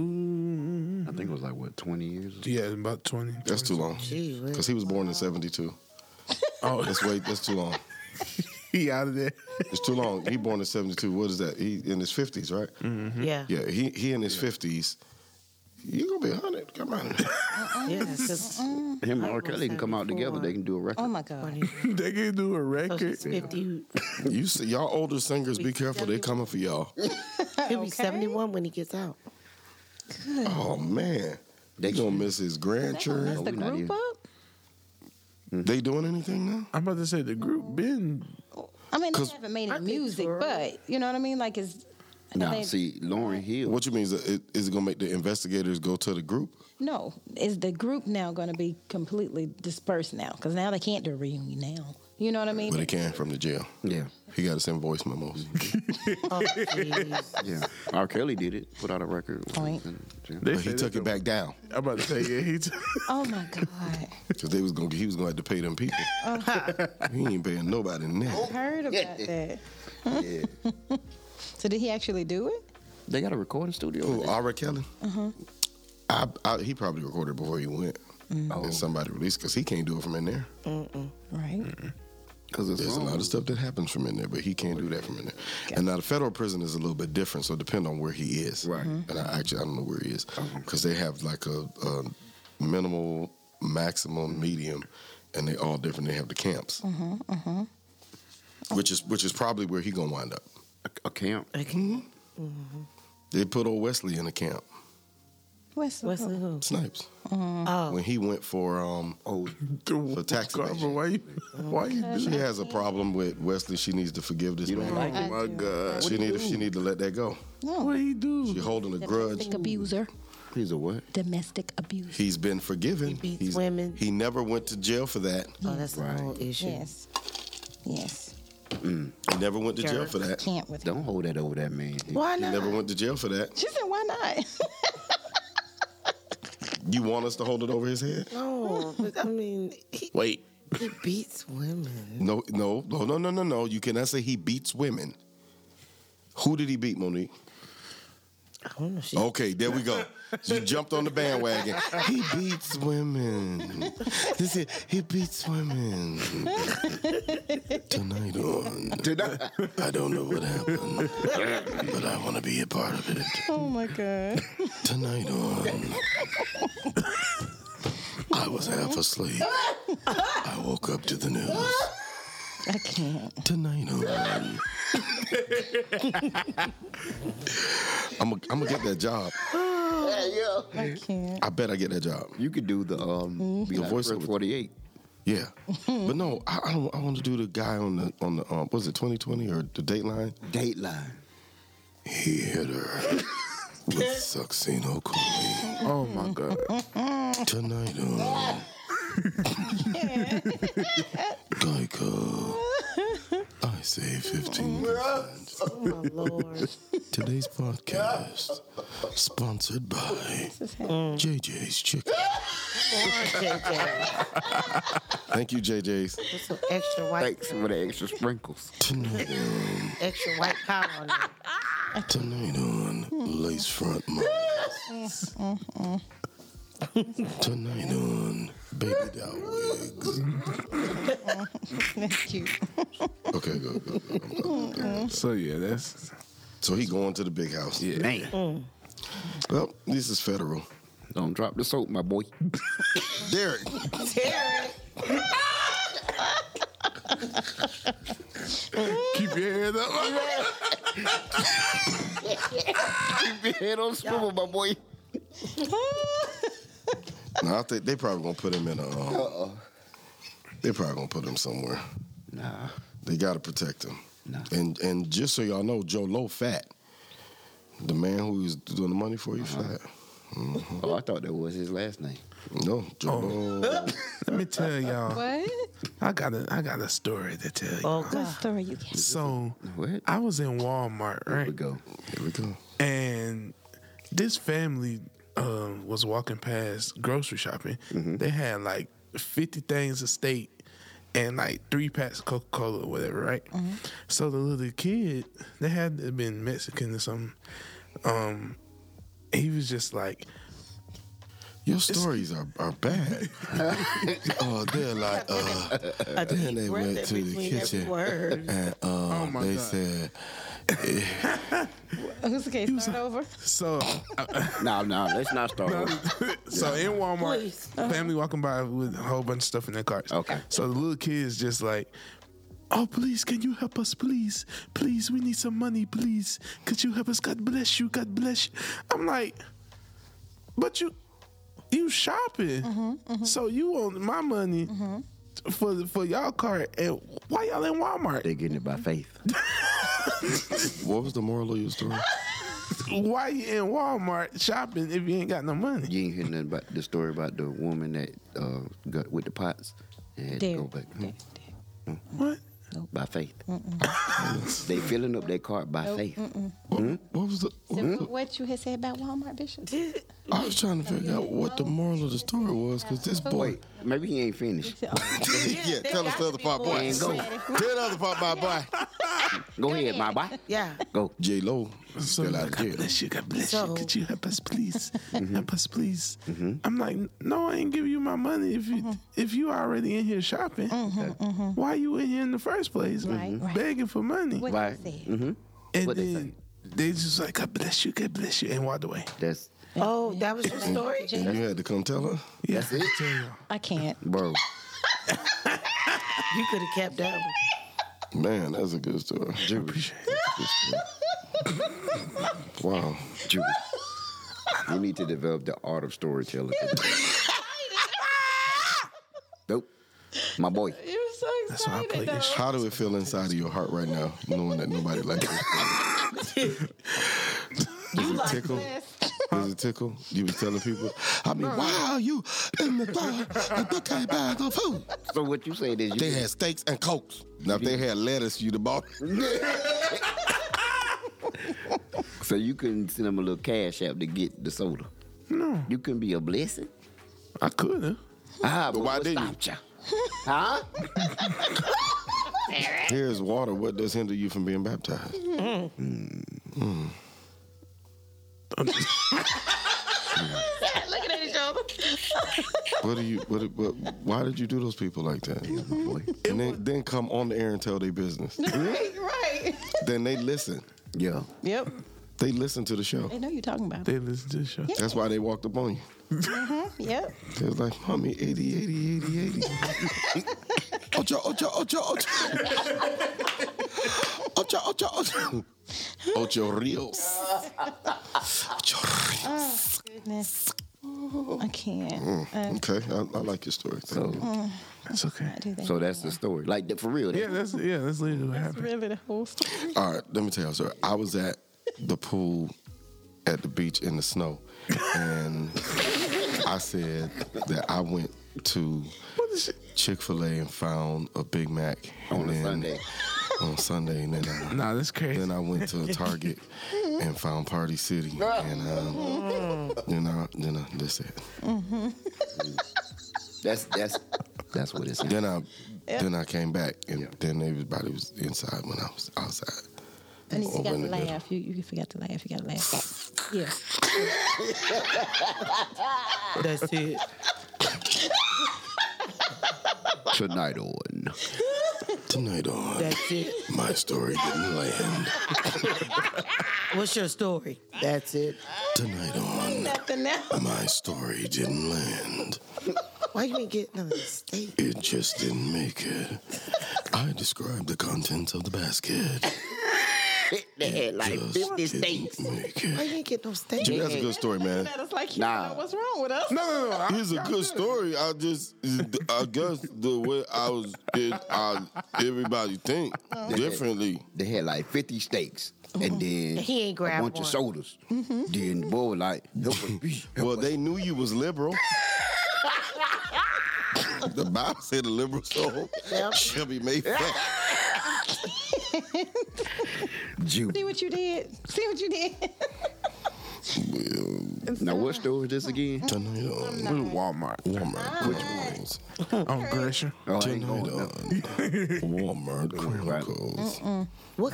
S4: ooh,
S3: I think it was like what 20 years. Or
S4: yeah, about 20.
S2: That's too long.
S5: Gee whiz.
S2: Because he was born in '72.
S4: Oh,
S2: That's way. That's too long.
S4: he out of there.
S2: It's too long. He born in '72. What is that? He in his fifties, right?
S5: Yeah.
S2: Mm-hmm. Yeah. He he in his fifties. You gonna be hundred? Come on.
S5: Yeah. 'cause-
S3: something. Him and R.
S5: was
S3: Kelly can come out together. They can do a record.
S6: Oh my God.
S4: they can do a
S5: So
S4: record.
S5: she's 50.
S2: You see, y'all older singers, be careful. They coming for y'all.
S5: He'll be 71 when he gets out.
S2: Oh man. They gonna miss his
S6: That's
S2: grandchildren.
S6: the
S3: we not
S6: group
S3: even-
S6: up?
S2: They doing anything now?
S4: I'm about to say the group been
S6: I mean, they
S2: 'Cause-
S6: haven't made
S5: I
S6: any
S5: think
S6: music,
S5: for-
S6: but you know what I mean. Like, it's
S3: Now,
S6: they-
S3: see, Lauren Hill.
S2: What you mean is, that it, is it going to make the investigators go to the group?
S6: no, is the group now going to be completely dispersed now? Because now they can't do a reunion now. You know what I mean?
S2: But they can from the jail.
S3: Yeah,
S2: He got to send voice memos.
S5: Oh, jeez.
S3: yeah. R. Kelly did it. Put out a record.
S6: Point.
S4: They
S2: But he
S4: said
S2: took
S4: that
S2: it back down
S4: the- I'm about to say yeah. He took.
S6: Oh my God!
S2: because they was going. He was going to have to pay them people. he ain't paying nobody now.
S6: Heard about that.
S3: Yeah.
S6: So did he actually do it?
S3: They got a recording studio.
S2: Who? R. Kelly. I, I, he probably recorded before he went, and somebody released because he can't do it from in there.
S6: Right.
S3: Because it's
S2: There's a lot of stuff that happens from in there, but he can't do that from in there. And now the federal prison is a little bit different, so depend on where he is.
S3: Right.
S2: And I actually I don't know where he is because they have like a, a minimal, maximum, medium, and they all different. They have the camps,
S3: Mm-hmm,
S2: which is which is probably where he gonna wind up.
S3: A camp.
S2: They put old Wesley in a camp,
S6: Wesley.
S5: What's the
S6: Who?
S5: who?
S2: Snipes,
S5: Oh,
S2: when he went for um.
S3: Mm-hmm. Oh,
S2: For tax
S4: Carver,
S2: evasion.
S4: why you? Why you? do-
S2: She has a problem with Wesley. She needs to forgive this
S3: you
S2: man.
S3: don't like
S4: Oh
S3: it?
S4: my God!
S2: she need she need to let that go.
S4: What he
S2: She
S4: do?
S2: holding a grudge.
S6: Domestic abuser.
S3: He's a what?
S6: Domestic abuse.
S2: He's been forgiven. He
S5: beats
S2: He's,
S5: women.
S2: He never went to jail for that.
S5: oh that's the
S3: Right.
S5: whole issue.
S6: Yes. Yes.
S2: He never went to jail for that.
S6: Can't with.
S3: Don't hold that over that man.
S5: Why
S2: He
S5: not?
S2: never went to jail for that.
S6: She said, "Why not?"
S2: You want us to hold it over his head?
S5: No, but I mean, he,
S4: Wait.
S5: he beats women.
S2: No, no, no, no, no, no, no. You cannot say he beats women. Who did he beat, Monique?
S5: I don't know. She,
S2: Okay, there we go. You jumped on the bandwagon. He beats women. This is, he beats women. Tonight on.
S3: Tonight.
S2: I don't know what happened, but I want to be a part of it.
S6: oh my God.
S2: Tonight on. I was half asleep. I woke up to the news.
S6: I can't.
S2: Tonight on. I'm gonna get that job.
S6: I can't.
S2: I bet I get that job.
S3: You could do the um, be
S2: The
S3: like
S2: voiceover.
S3: Fresh 48.
S2: Yeah, but no, I, I don't. I want to do the guy on the on the um, was it 2020 or the Dateline?
S3: Dateline.
S2: He hit her with succino coin.
S4: Oh my God!
S2: Tonight on Geico, I save 15.
S5: oh my lord.
S2: Today's podcast sponsored by JJ's Chicken.
S5: JJ,
S2: Thank you, JJ's.
S5: put some extra white,
S3: Thanks for the extra sprinkles.
S2: Tonight on,
S5: extra white power on it.
S2: tonight on Lace Front Mom. Tonight on Baby Doll Wigs.
S6: That's cute.
S2: Okay, go, go, go, go, go, go.
S4: So yeah, that's
S2: So he going to the big house.
S4: yeah.
S3: Man,
S2: Well, this is federal.
S3: don't drop the soap, my boy.
S2: Derek,
S4: Keep your head up.
S3: Keep your head on swivel, my boy.
S2: no, I think they probably gonna put him in a.
S4: Uh-uh.
S2: Um, they probably gonna put him somewhere.
S3: Nah.
S2: They got to protect him.
S3: Nah.
S2: And and just so y'all know, Joe Low fat. The man who was doing the money for you
S5: Uh-huh.
S2: fat.
S3: Oh, I thought that was his last name.
S2: No, Joe Low.
S4: Let me tell y'all.
S6: What?
S4: I got a I got a story to tell you.
S5: Oh
S6: What
S5: God.
S6: story you get?
S4: So
S3: What?
S4: I was in Walmart,
S3: Here we
S4: right?
S3: go.
S2: Here we go.
S4: And this family um, was walking past grocery shopping. They had like fifty things of steak and like three packs of Coca Cola or whatever, right? So the little kid, they had to have been Mexican or something. Um, he was just like,
S2: Your stories are, are bad. oh, they're like, uh, then they
S5: breath
S2: went
S5: in
S2: to the
S5: between every
S2: kitchen
S5: word.
S2: and uh,
S4: my
S2: they
S4: God.
S2: said,
S6: Who's the case? Start over.
S4: so
S3: No, no, let's not start. over.
S4: so in Walmart,
S5: Please.
S4: family walking by with a whole bunch of stuff in their carts.
S3: Okay.
S4: So the little kid's just like, "Oh, please, can you help us, please, please? We need some money, please. Could you help us? God bless you. God bless you." I'm like, "But you, you shopping, so you want my money." for for y'all cart, and why y'all in Walmart?
S3: They're getting it by faith.
S2: What was the moral of your story?
S4: Why you in Walmart shopping if you ain't got no money?
S3: You ain't hear nothing about the story about the woman that uh, got with the pots and had to
S6: Derek.
S3: go back
S6: Derek,
S4: What?
S3: by faith. they filling up their cart by faith.
S2: What,
S5: Hmm?
S2: what was the?
S6: Derek.
S2: what-
S3: Hmm?
S6: So What you had said about Walmart, Bishop?
S2: I was trying to figure out what the moral of the story was because this boy.
S3: Wait, maybe he ain't finished.
S2: yeah, tell us the other part, boy.
S3: Go.
S2: Tell the other part, my boy.
S3: Go ahead, my boy.
S5: Yeah.
S3: Go.
S2: J Lo,
S4: So
S2: still
S4: God
S2: out here.
S4: bless you, Mm-hmm. God bless
S5: So-
S4: you. Could you help us, please? Help us, please. I'm like, no, I ain't give you my money if you if you already in here shopping. Why you in here in the first place?
S6: Right, right.
S4: Begging for money.
S6: What
S3: Right.
S6: you said.
S3: Mm-hmm.
S4: And
S3: What they
S4: then Mm-hmm. they just like, God bless you, God bless you, and walked away.
S3: That's
S5: Oh, that was your story?
S2: And you had to come tell her.
S4: Yeah. That's it.
S6: I can't.
S3: bro.
S5: You could have kept that one.
S2: Man, that's a good story.
S4: Appreciate it.
S2: Wow.
S3: Judy. You need to develop the art of storytelling. nope. My boy.
S6: You're so
S4: That's why I play this shit.
S2: How do it feel inside of your heart right now, knowing that nobody likes it? Does it tickle? Does it tickle? You be telling people, I mean, why are you in the bar and look at bags of food?
S3: So what you saying is you
S2: They had steaks and cokes. Now, if they had lettuce, you'd have bought it.
S3: so you couldn't send them a little cash app to get the soda.
S4: No,
S3: You couldn't be a blessing.
S4: I could have.
S3: Ah, but
S2: why
S3: what
S2: didn't you?
S3: stopped ya? Huh?
S2: Here's water. What does hinder you from being baptized?
S6: Looking at each other.
S2: What do you? What, what? Why did you do those people like that? And then, then come on the air and tell their business.
S6: Right, right.
S2: then they listen.
S3: Yeah.
S6: Yep.
S2: They listen to the show.
S6: They know you're talking about.
S4: They listen to the show.
S2: That's why they walked up on you.
S6: Yep.
S2: They was like, "Mommy, 80, 80, 80, 80. ocho, ocho, ocho, ocho. ocho, ocho, ocho. Ocho reels. Ocho reels.
S6: Goodness. I
S3: Mm.
S6: can't. I
S2: Okay, I, I like your story.
S3: So,
S4: That's okay.
S6: do that.
S3: so that's the story. Like the, for real.
S4: Yeah,
S3: Yeah.
S4: that's yeah, that's literally what happened.
S6: really the whole story.
S2: All right, let me tell you, sir. I was at the pool at the beach in the snow, and I said that I went to Chick Fil A and found a Big Mac
S3: On
S2: and
S3: a
S2: then-
S3: Sunday.
S2: On Sunday, and then I,
S4: Nah, that's crazy.
S2: then I went to Target and found Party City, and um,
S6: Mm.
S2: then I then I that's it.
S3: That's that's that's what it's.
S2: Then I then I came back, and then everybody was inside when I was outside.
S6: And you
S2: Over
S6: got
S2: in
S6: to
S2: the middle.
S6: laugh. You, you forgot to laugh. You got to laugh. yeah.
S5: That's it.
S3: Tonight on.
S2: Tonight on
S5: That's it.
S2: my story didn't land.
S5: What's your story? That's it.
S2: Tonight on
S6: Nothing else.
S2: My story didn't land.
S5: Why you ain't getting none of the steak?
S2: It just didn't make it. I described the contents of the basket.
S3: They had like
S2: Just
S3: 50
S2: didn't
S3: states.
S2: Make
S5: Why
S2: it.
S5: you ain't get no steak?
S2: Dude, that's a good story, man.
S6: It's like you
S3: Nah.
S6: don't know what's wrong with us.
S4: No, no, no. I,
S2: It's a good story. I just, I guess the way I was, it, I, everybody think
S6: Oh.
S2: differently.
S3: They had like 50 steaks. And then
S5: Mm-hmm. He ain't
S3: a
S5: grabbed
S3: bunch of
S5: one. Mm-hmm.
S3: sodas. Then the boy was like, help us be.
S2: Well, they knew you was liberal. the Bible said a liberal soul shall be made fat.
S6: See what you did. See what you did.
S3: Now, what store is this again?
S2: Tonight
S4: we
S2: on
S4: were Walmart
S2: Walmart Chronicles.
S4: on Gresham.
S3: Oh, I ain't
S2: Tonight on
S3: going no.
S2: Walmart Chronicles.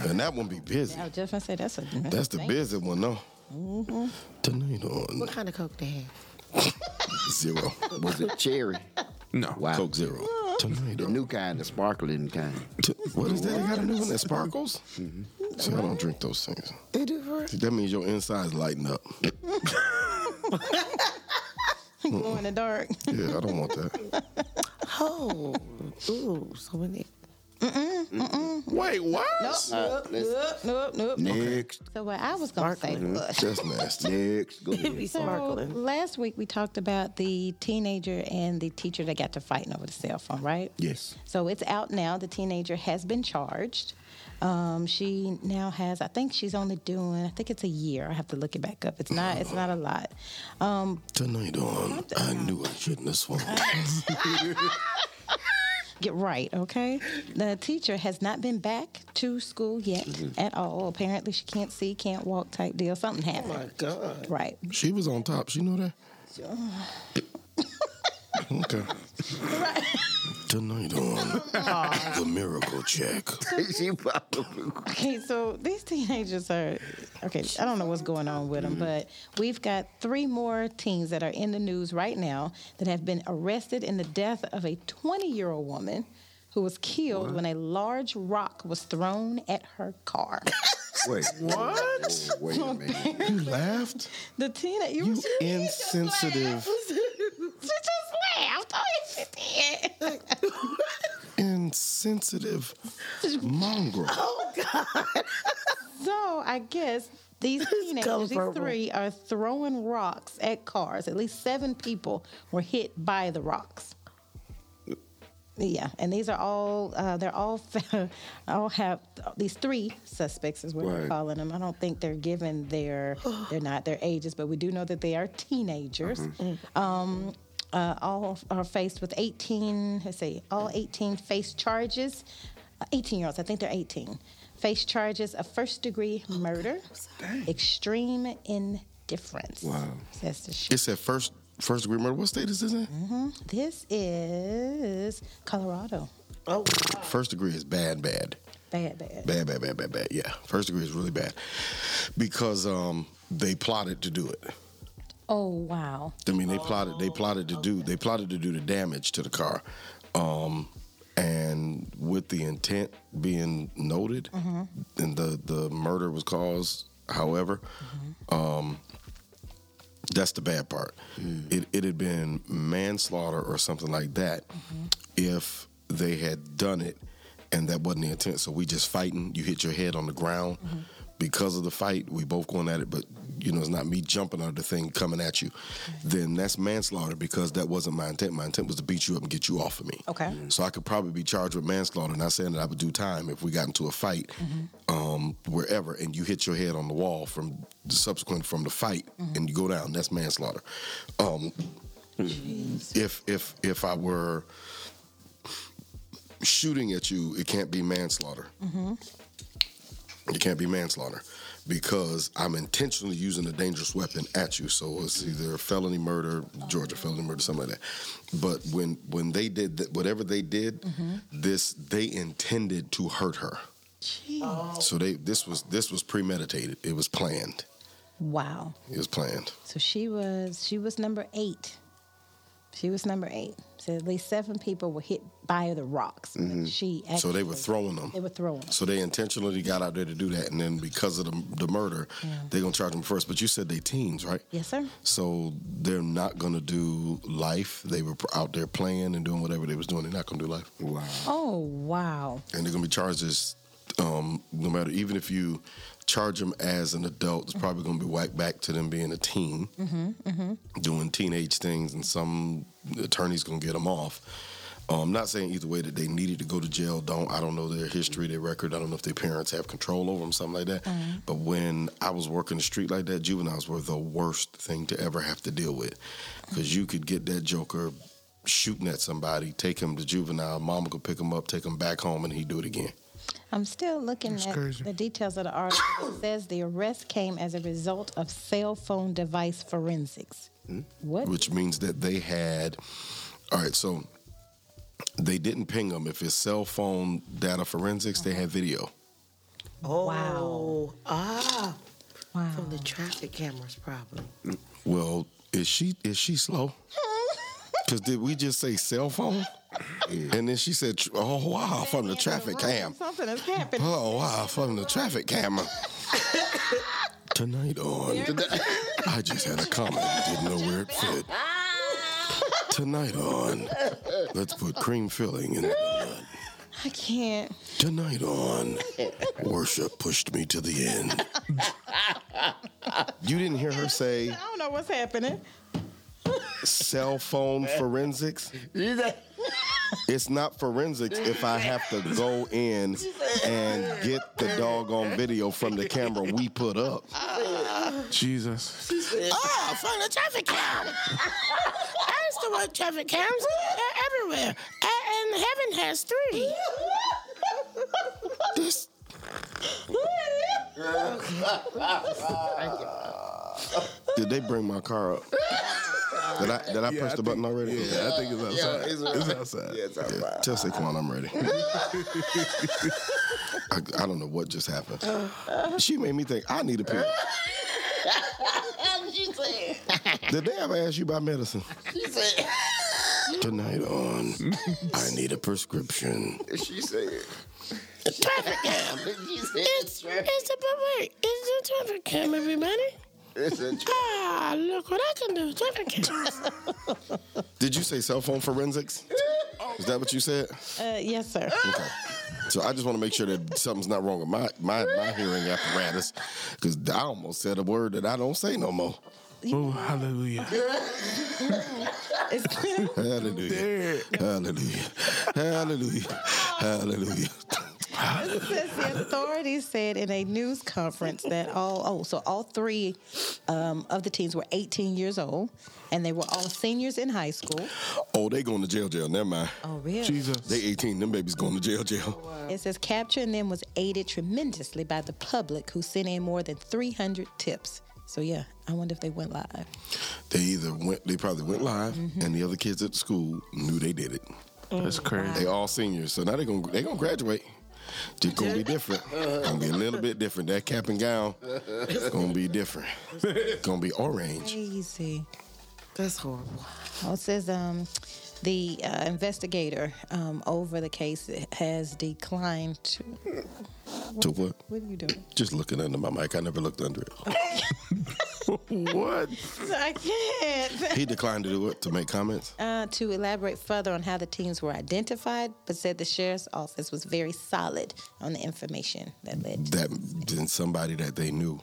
S2: And that one be busy.
S6: Oh, I was just gonna say that's a.
S2: That's the busy one, though. Tonight on
S5: What kind of Coke they have?
S2: Zero.
S3: Was it cherry?
S4: No.
S3: Wow.
S2: Coke Zero. Tonight
S3: The
S2: on.
S3: new kind, the sparkling kind.
S2: T- what is that? They got a new one that sparkles?
S3: Mm-hmm.
S2: See, I don't drink those things.
S5: They do for
S2: See, that means your insides lighten up.
S6: Glow in the dark.
S2: Yeah, I don't want that.
S5: Oh, ooh, so many.
S4: Wait, what?
S6: Nope, nope, nope, nope, nope.
S3: Next.
S6: So what I was gonna say was
S2: That's nasty.
S3: Next. Go
S5: It be
S3: ahead.
S6: so
S5: sparkling.
S6: last week we talked about the teenager and the teacher that got to fighting over the cell phone, right?
S3: Yes.
S6: So it's out now. The teenager has been charged. Um, she now has, I think she's only doing, I think it's a year. I have to look it back up. It's not, it's not a lot. Um,
S2: Tonight on, I knew I shouldn't have swung.
S6: get right, okay? The teacher has not been back to school yet at all. Apparently, she can't see, can't walk, type deal. Something happened.
S5: Oh My God.
S6: Right.
S2: She was on top. She know that. Okay. Tonight on the miracle check.
S3: she probably.
S6: Okay, so these teenagers are okay. I don't know what's going on with them, but we've got three more teens that are in the news right now that have been arrested in the death of a 20 year old woman who was killed when a large rock was thrown at her car.
S3: Wait. What? Oh, Wait a minute.
S2: You laughed.
S6: the teen, you,
S2: You
S6: just- she
S2: insensitive,
S6: just laughed. Oh, yes, she did.
S2: insensitive mongrel.
S6: So I guess these teenagers, these
S5: colorful.
S6: three, are throwing rocks at cars. At least seven people were hit by the rocks. Yeah, and these are all uh, they're all all have these three suspects is what we're
S3: Right.
S6: calling them. I don't think they're given their they're not their ages, but we do know that they are teenagers.
S4: Mm-hmm.
S6: Um, uh, all are faced with 18. Let's see, all 18 face charges. 18 year olds, I think they're 18. Face charges of first degree
S4: Oh,
S6: murder, extreme indifference. Wow, says the sh-
S2: It's at first first degree murder. What state is this in?
S6: This is Colorado.
S5: Oh,
S2: First degree is bad, bad.
S6: Bad, bad.
S2: Bad, bad, bad, bad, bad. Yeah. First degree is really bad. Because um they plotted to do it.
S6: Oh wow.
S2: I mean they plotted they plotted to do they plotted to do the damage to the car. Um and with the intent being noted and the the murder was caused, however, um that's the bad part. It it had been manslaughter or something like that if they had done it and that wasn't the intent. So we just fighting, you hit your head on the ground. Because of the fight, we both going at it, but you know, it's not me jumping on the thing coming at you. Then that's manslaughter because that wasn't my intent. My intent was to beat you up and get you off of me.
S6: Okay. Mhm.
S2: So I could probably be charged with manslaughter, not saying that I would do time if we got into a fight um, wherever and you hit your head on the wall from the subsequent from the fight and you go down. That's manslaughter. Um, if if if I were shooting at you, it can't be manslaughter. It can't be manslaughter because I'm intentionally using a dangerous weapon at you. So it's either felony murder, Georgia felony murder, something like that. But when when they did that, whatever they did, this they intended to hurt her. So they this was this was premeditated. It was planned.
S6: Wow.
S2: It was planned.
S6: So she was she was number eight. She was number eight. So at least seven people were hit by the rocks. but She actually,
S2: Mm-hmm. So they were throwing them.
S6: they were throwing. them.
S2: So they intentionally got out there to do that, and then because of the, the murder, they're gonna charge them first. But you said they teens, right?
S6: Yes, sir.
S2: So they're not gonna do life. They were out there playing and doing whatever they was doing. They're not gonna do life,
S3: Wow.
S6: Oh wow.
S2: and they're gonna be charged as um, no matter. Even if you charge them as an adult, it's probably gonna be wiped back to them being a teen, doing teenage things, and some attorney's gonna get them off. Um, I'm not saying either way that they needed to go to jail. Don't I don't know their history, their record. I don't know if their parents have control over them, something like that. But when I was working the street like that, juveniles were the worst thing to ever have to deal with, because you could get that joker shooting at somebody, take him to juvenile, mama could pick him up, take him back home, and he'd do it again.
S6: I'm still looking
S4: That's
S6: at
S4: crazy.
S6: the details of the article. It says the arrest came as a result of cell phone device forensics. What?
S2: which means that they had. All right, so they didn't ping them. If it's cell phone data forensics, they had video.
S5: Oh, ah,
S6: wow.
S5: from the traffic cameras, probably.
S2: Well, is she is she slow? Because did we just say cell phone? And then she said, tr- "Oh wow, from the traffic cam."
S6: Something has happened.
S2: Oh wow, from the traffic camera. Tonight on, I just had a comment and didn't know where it fit. Tonight on, let's put cream filling in the donut.
S6: I can't.
S2: Tonight on Worship pushed me to the end. you didn't hear her say
S6: I don't know what's happening.
S2: cell phone forensics? It's not forensics if I have to go in and get the doggone video from the camera we put up.
S4: Jesus.
S8: Oh, from the traffic cam. I used to work traffic cams. They're everywhere. And and heaven has three.
S2: Did they bring my car up? Did I did I
S4: Yeah,
S2: press
S4: I
S2: the button already?
S4: Yeah, I think it's outside.
S3: it's
S4: it's,
S3: outside.
S4: outside.
S2: Yeah, Tell Saquon I'm ready. I, I don't know what just happened. She made me think I need a pill. Did they ever ask you about medicine? Tonight on I Need a Prescription.
S3: She said,
S8: Traffic cam. It's, it's the wait. It's the traffic cam, everybody.
S3: it's a
S8: Ah, look what I can do. Traffic cam.
S2: Did you say cell phone forensics? Is that what you said?
S6: Uh, yes, sir.
S2: Okay. So I just want to make sure that something's not wrong with my my, my hearing apparatus because I almost said a word that I don't say no more.
S4: Oh, hallelujah.
S6: It's-
S2: Hallelujah. Hallelujah. Hallelujah. Hallelujah.
S6: says the authorities said in a news conference that all oh so all three um, of the teens were 18 years old and they were all seniors in high school.
S2: Oh, they going to jail, jail. Never mind.
S6: Oh, really?
S4: Jesus.
S2: They 18. Them babies going to jail, jail.
S6: It says capturing them was aided tremendously by the public who sent in more than 300 tips. So yeah, I wonder if they went live.
S2: They either went, they probably went live,
S6: Mm-hmm.
S2: and the other kids at the school knew they did it.
S4: That's crazy.
S6: Ah.
S2: They all seniors, so now they going to they gonna graduate. Just gonna be different.
S6: Uh-huh.
S2: Gonna be a little bit different. That cap and gown gonna be different. Gonna be orange.
S6: Crazy.
S5: That's horrible.
S6: Oh, it says um, the uh, investigator um, over the case has declined. To,
S2: To what?
S6: what are you doing?
S2: Just looking under my mic. I never looked under it.
S4: What?
S6: I can't.
S2: He declined to do it to make comments.
S6: uh, to elaborate further on how the teens were identified, but said the sheriff's office was very solid on the information that led.
S2: That then somebody that they knew.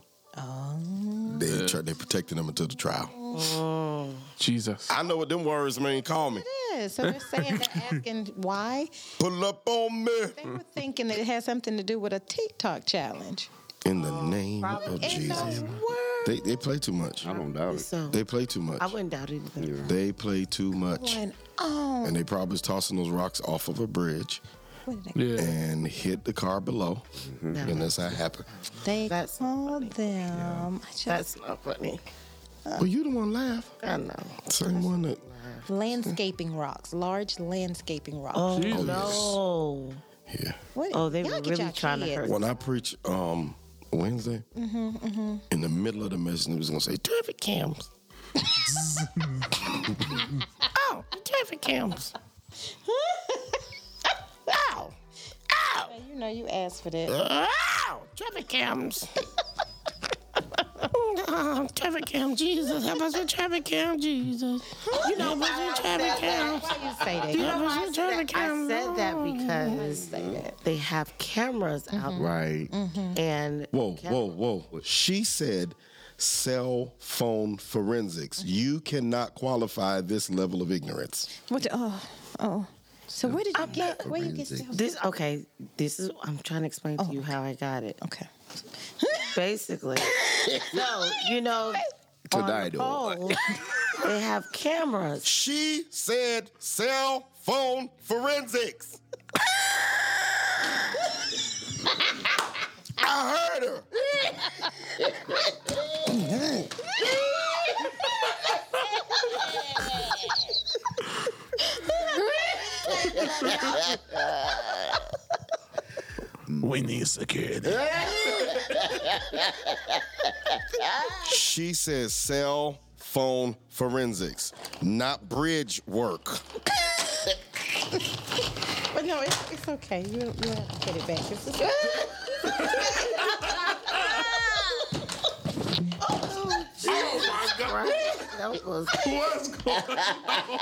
S2: They try, they protecting them until the trial.
S5: Oh.
S4: Jesus.
S2: I know what them words mean. Call me.
S6: Yeah, so they're saying they're asking why
S2: Pull up on me.
S6: they were thinking that it had something to do with a TikTok challenge.
S2: In the name of
S6: In those
S2: Jesus.
S6: words,
S2: They they play too much.
S3: I don't doubt it.
S5: So
S2: They play too much.
S5: I wouldn't doubt it either.
S2: They play too much.
S6: going on.
S2: And they probably was tossing those rocks off of a bridge
S6: oh, What did they,
S4: Yeah.
S2: and hit the car below. And that's how it happened.
S6: they
S5: That's
S6: called them. I just,
S5: That's not funny.
S2: Well, you the one laugh.
S5: I know.
S2: Same one that.
S6: landscaping rocks, large landscaping rocks.
S4: Jesus.
S5: Oh, No.
S2: Yeah.
S6: What-
S5: Oh, they
S6: y'all
S5: were
S6: get
S5: really
S6: y'all
S5: trying to
S6: kids.
S5: hurt.
S2: When I preach um, Wednesday, in the middle of the message, it was gonna say traffic cams.
S8: Oh, the traffic cams. Ow. Ow.
S6: You know, you asked for that.
S8: Ow. Traffic cams. Oh, traffic cam, Jesus. Help us with traffic cam, Jesus. You know, what's with traffic cams.
S6: Why you say that?
S8: You know, what's with traffic
S5: I
S8: cams.
S5: said that because they have Mm-hmm. cameras out
S3: Right.
S5: and
S2: Mm-hmm. Whoa, whoa, whoa! She said cell phone forensics. You cannot qualify this level of ignorance.
S6: What? Oh, oh. So where did you get? Where you get? stuff?
S5: This okay. This is I'm trying to explain to you how I got it.
S6: Okay.
S5: Basically, so you know,
S3: Today, though.
S5: oh, they have cameras.
S2: She said cell phone forensics. I heard her.
S4: We need security.
S2: She says cell phone forensics, not bridge work.
S6: But no, it's, it's okay. You don't, you don't have to get it back. It's okay.
S5: Oh, That was
S4: What's going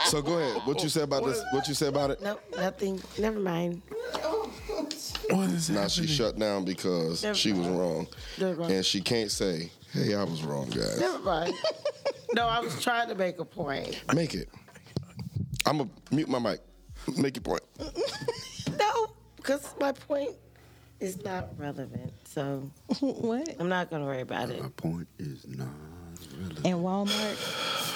S2: So go ahead. What you said about this? What you said about it?
S5: no nothing. Never mind.
S4: What is
S2: Now
S4: that?
S2: she shut down because she was wrong.
S5: They're wrong.
S2: And she can't say, hey, I was wrong, guys.
S5: Never mind. no, I was trying to make a point.
S2: Make it. I'm going to mute my mic. Make your point.
S5: No, because my point is not relevant. So
S6: What?
S5: I'm not going to worry about it.
S3: My point is not really.
S6: In Walmart.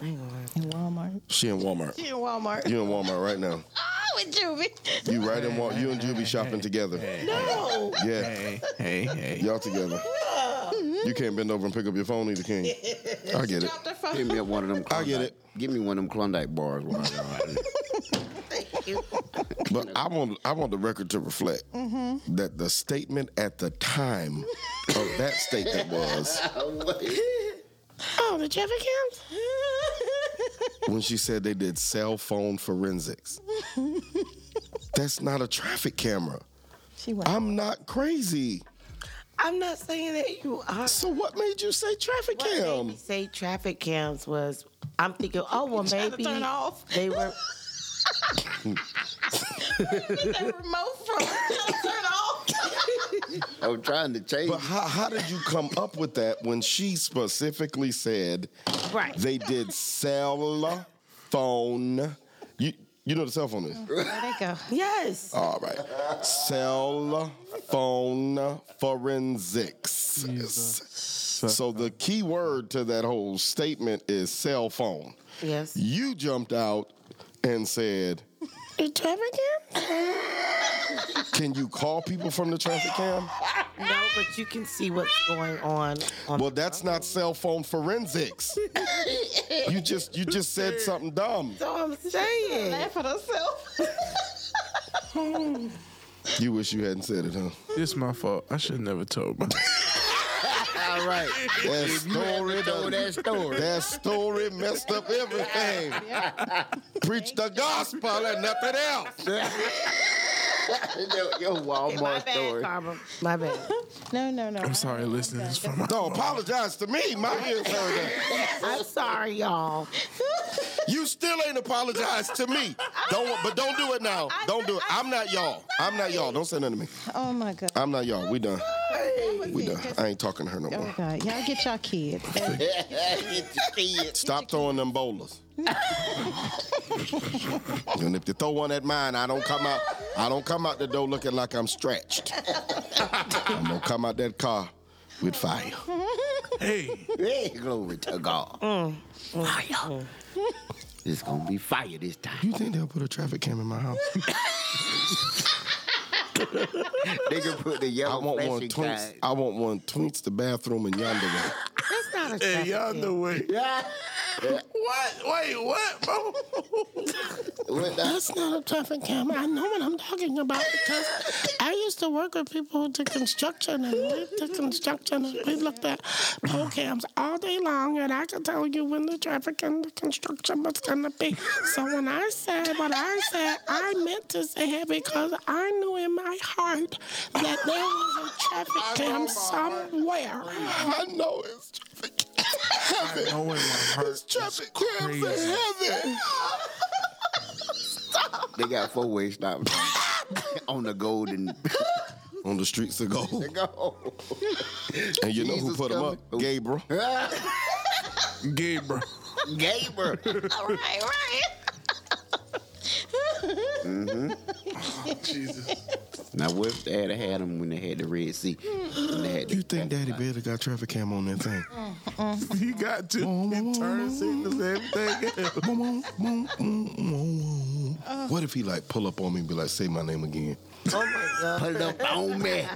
S5: I ain't gonna worry.
S6: In Walmart.
S2: She in Walmart.
S6: In Walmart.
S2: You in Walmart right now.
S6: Oh, with Juvie.
S2: You right in Walmart. You and Juby shopping together.
S5: No,
S2: Yeah.
S4: Hey, hey.
S2: Y'all together. You can't bend over and pick up your phone either, can you? I get it.
S3: Give me one of them.
S2: I get
S3: Klondike- Give me one of them Klondike bars. While I'm out here.
S2: But I want I want the record to reflect that the statement at the time of that statement was
S8: Oh, the traffic cams?
S2: when she said they did cell phone forensics. That's not a traffic camera.
S6: She was.
S2: I'm not crazy.
S5: I'm not saying that you are.
S2: So what made you say traffic
S5: What made me
S2: cam?
S5: say traffic cams was I'm thinking, oh well,
S6: Trying to
S5: maybe
S6: turn off.
S5: they were.
S6: the remote from turn off.
S3: I'm trying to change.
S2: But how, how did you come up with that when she specifically said
S5: Right.
S2: they did cell phone? You you know what a cell phone is?
S6: There they go.
S5: Yes.
S2: All right. Cell phone forensics. So the key word to that whole statement is cell phone.
S5: Yes.
S2: You jumped out and said,
S8: The traffic cams?
S2: Can you call people from the traffic cam?
S5: No, but you can see what's going on. on
S2: Well, that's not cell phone forensics. You just you just said something dumb.
S5: that's all I'm saying.
S6: Laugh at herself.
S2: You wish you hadn't said it, huh?
S4: It's my fault. I should have never told my.
S3: All right.
S2: That story, done-
S3: that story.
S2: that story messed up everything. Preach the gospel and nothing else.
S3: your, your
S5: My
S3: Walmart
S5: bad,
S3: story.
S5: Karma. My bad.
S6: No, no, no.
S4: I'm sorry, listeners. For my
S2: No, apologize to me. My ears heard that.
S5: I'm sorry, y'all.
S2: You still ain't apologized to me. Don't, but don't do it now. Don't do it. I'm not y'all. I'm not y'all. Don't say nothing to me.
S6: Oh my God.
S2: I'm not y'all. We done. We done. I ain't talking to her no
S6: Oh
S2: more.
S6: God. Y'all get y'all kids.
S2: Stop throwing them bowlers. and if you throw one at mine, I don't come out. I don't come out the door looking like I'm stretched. I'm gonna come out that car with fire.
S4: hey,
S3: Hey, glory to God. Fire. It's gonna be fire this time.
S2: You think they'll put a traffic cam in my house?
S3: They can put the
S2: I
S3: yellow
S2: want one
S3: flashing
S2: twinks.
S3: sign.
S2: I want one twinks the bathroom and yonder way.
S5: That's not a traffic
S4: hey, y'all
S5: cam.
S4: know what? What? Wait, what, bro?
S3: What the-
S8: That's not a traffic cam. I know what I'm talking about because I used to work with people who did construction and we did construction and we looked at pole cams all day long and I could tell you when the traffic and the construction was gonna be. So when I said what I said, I meant to say it because I knew in my heart that there was a traffic cam somewhere.
S2: I know it's traffic
S4: I know in my heart.
S2: traffic cams in
S4: crazy.
S2: heaven.
S3: they got four way stops on the golden.
S2: On the streets of gold.
S3: Go.
S2: And you know who
S3: Jesus
S2: put them
S3: coming.
S2: up? Gabriel.
S4: Gabriel.
S3: Gamer.
S6: All right, right.
S4: Jesus.
S3: Mm-hmm. Now, what if they had had them when they had the Red Sea? And they had the-
S2: You think Daddy Bailey got traffic cam on that thing?
S4: He got to
S8: Oh.
S4: he turn signals and everything else.
S3: Uh.
S2: What if he like pull up on me and be like, say my name again?
S3: Pull up on me.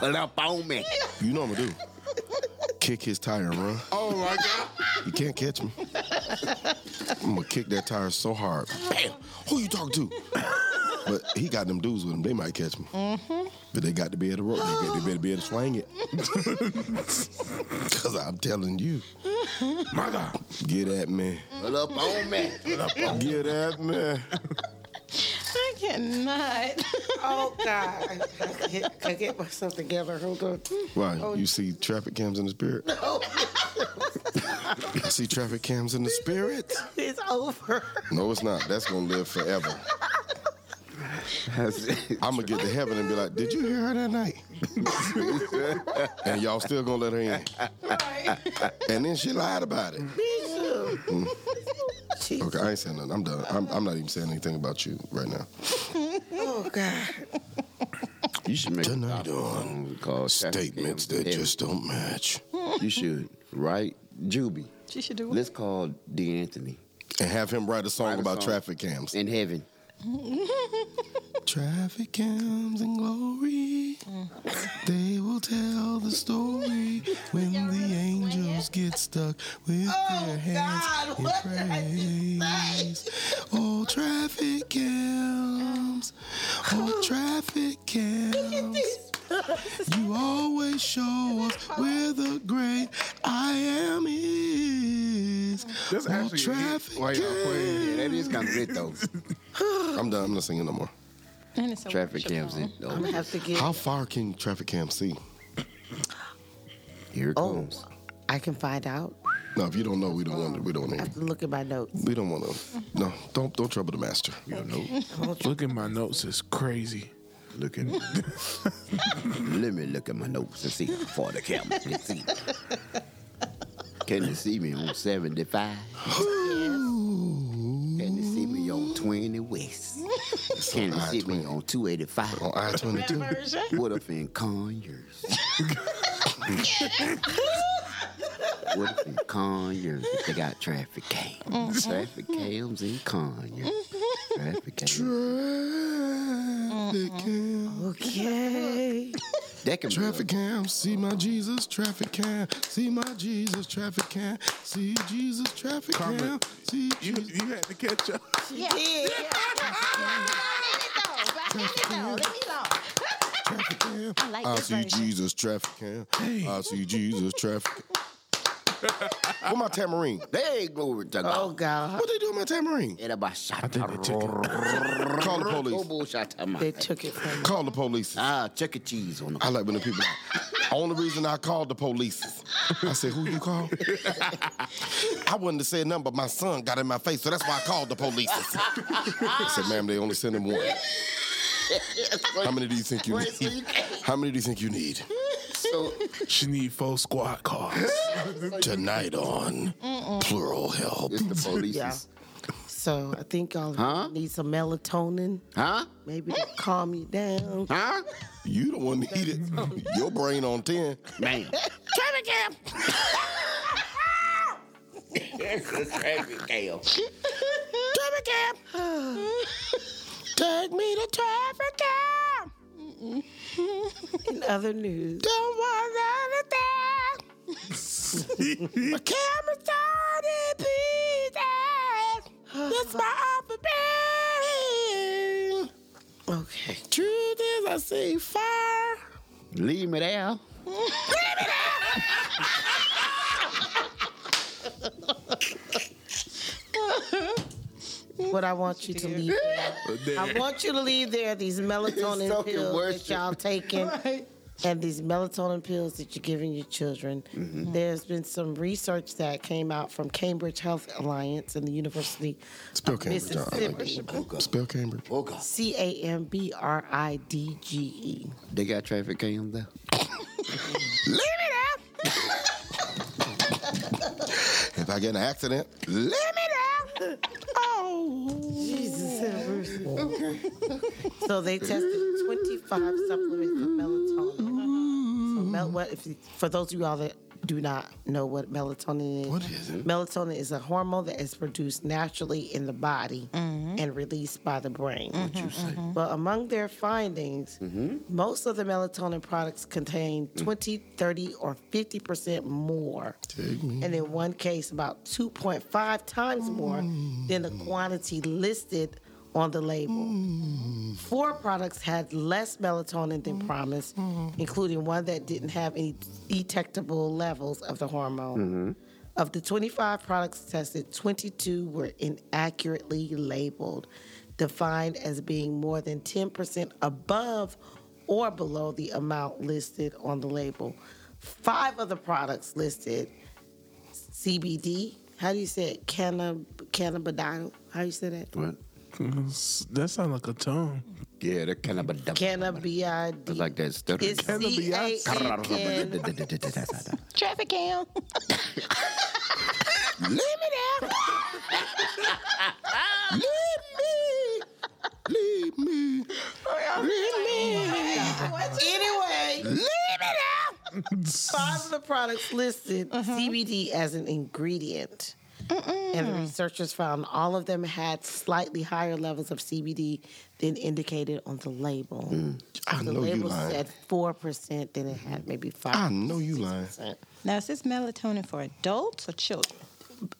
S3: Pull up on me.
S2: You know what I'm gonna do. Kick his tire and run. Oh my god. You can't catch me. I'm gonna kick that tire so hard. Bam! Who you talking to? But he got them dudes with him. They might catch me. But they got to be able to roll. They, got, they better be able to swing it. Cause I'm telling you. My God. Get at me.
S3: Pull up on me.
S2: Get at me.
S6: I cannot.
S5: Oh God! I get, I get myself together. Hold on.
S2: Why? you see traffic cams in the spirit? I see traffic cams in the spirit.
S5: It's over.
S2: No, it's not. That's gonna live forever. I'm gonna get to heaven and be like, "Did you hear her that night?" and y'all still gonna let her in? And then she lied about it. Mm.
S5: Jesus.
S2: Okay, I ain't saying nothing. I'm done. I'm, I'm not even saying anything about you right now.
S5: Oh God.
S3: You should make
S2: Tonight
S3: a
S2: on
S3: phone call.
S2: Statements that just don't match.
S3: you should right, Juby.
S6: She should do
S3: Let's call D'Anthony
S2: And have him write a song
S3: Write a
S2: about
S3: song.
S2: traffic cams.
S3: in heaven.
S2: Traffic cams and glory. They will tell the story when the angels get stuck with their hands in praise. Oh, traffic cams. Oh, traffic cams. You always show us where the great I am is.
S4: That's
S2: oh,
S4: actually a hit while y'all playing.
S3: Yeah, that is kind of it though.
S2: I'm done. I'm not singing no more.
S6: And it's a
S3: Traffic
S6: worship
S3: cams
S6: song.
S3: in.
S5: I'm gonna
S3: Oh,
S5: have to get.
S2: How far can traffic cam see?
S3: here it
S5: Oh,
S3: comes.
S5: I can find out.
S2: No, if you don't know, we don't want to. We don't want
S5: I
S2: to.
S5: have to look at my notes.
S2: We don't want to. No, don't don't trouble the master. You don't know.
S4: Look at my notes is crazy.
S3: Look at Let me look at my notes and see how far the camera can see. Can you see me on 75? Can you see me on 20 West? Can you see me on 285?
S2: On I twenty two.
S3: What if in Conyers? what if in Conyers if they got traffic
S5: Mm-hmm.
S3: cams? Traffic cams in Conyers. Traffic cams.
S2: Traffic cam.
S5: Okay.
S3: That can
S2: Traffic
S3: be
S2: cam. See my Jesus. Traffic cam. See my Jesus. Traffic cam. See Jesus. Traffic cam.
S4: Carmen,
S2: See
S4: You
S2: Jesus.
S4: you had to catch up.
S6: Yeah. yeah. I need it though. I need it though. Let me know.
S2: Traffic cam. I,
S6: like this
S2: see
S6: version.
S2: Jesus. Traffic cam. I see Jesus. Traffic. Where my tambourine?
S3: a- Hey, glory to
S5: Oh
S3: God.
S5: God.
S2: What they do with my tambourine?
S3: And about shot.
S4: think they took
S2: Call the
S3: Oh,
S2: police.
S3: boy, shot to my-
S5: They took it from me.
S2: Call the police.
S3: Ah, Chuck E. Cheese on
S2: I
S3: the.
S2: like when the people. Like, only reason I called the police, I said, "Who you call?" I wouldn't have said nothing, but my son got in my face, so that's why I called the police. I said, "Ma'am, they only send him one. How many do you think you
S3: Wait, so you
S2: need? How many do you think you need
S3: So,
S4: She need four squad cars.
S2: tonight on Plural Help?"
S3: it's the police.
S5: Yeah. So I think I'll
S3: Huh?
S5: need some melatonin.
S3: Huh?
S5: Maybe to calm you down.
S3: Huh?
S2: You the one need it. Your brain on ten.
S3: Man.
S8: Traffic cam.
S3: Traffic cam.
S8: Traffic cam. Take me to traffic cam.
S5: In other news,
S8: Don't want anything. My camera's torn in pieces. That's my alphabet.
S5: okay.
S8: Truth is, I see fire.
S3: Leave me there.
S5: What I want you to leave. there. I want you to leave there these melatonin
S3: so
S5: pills
S3: worship.
S5: that y'all taking. And these melatonin pills that you're giving your children, there's been some research that came out from Cambridge Health Alliance and the University
S2: Spell
S5: of
S2: Cambridge. I like
S5: Mississippi.
S2: that. Spell Cambridge.
S3: Oh, God.
S5: C A M B R I D G E.
S3: They got traffic cams there.
S2: If I get in an accident, let
S5: Jesus have mercy. So they tested 25 supplements of melatonin. So mel- what if, for those of you all that do not know what melatonin is,
S2: What is it?
S5: Melatonin is a hormone that is produced naturally in the body
S2: Mm-hmm.
S5: and released by the brain. But among their findings,
S2: Mm-hmm.
S5: most of the melatonin products contain 20, 30, or 50% more
S2: take me.
S5: and in one case about 2.5 times more than the quantity listed on the label. Four products had less melatonin than promised, including one that didn't have any detectable levels of the hormone. Of the 25 products tested, 22 were inaccurately labeled, defined as being more than 10% above or below the amount listed on the label. Five of the products listed CBD. How do you say it? Cannab- cannabidiol. How do you say that?
S3: What?
S4: that sounds like a tongue.
S3: Yeah, they're kind of a double.
S5: Cannabis.
S3: It's like that stutter.
S5: It's C A N N.
S6: Traffic cam.
S3: Leave me there. Leave me.
S5: Anyway, leave it out. Mm-hmm. Five of the products listed CBD as an ingredient. And the researchers found all of them had slightly higher levels of CBD than indicated on the label.
S2: Mm. I
S5: The
S2: know you
S5: label
S2: lying.
S5: said 4%, then it had maybe 5
S2: I know you lying.
S6: Now, is this melatonin for adults or children?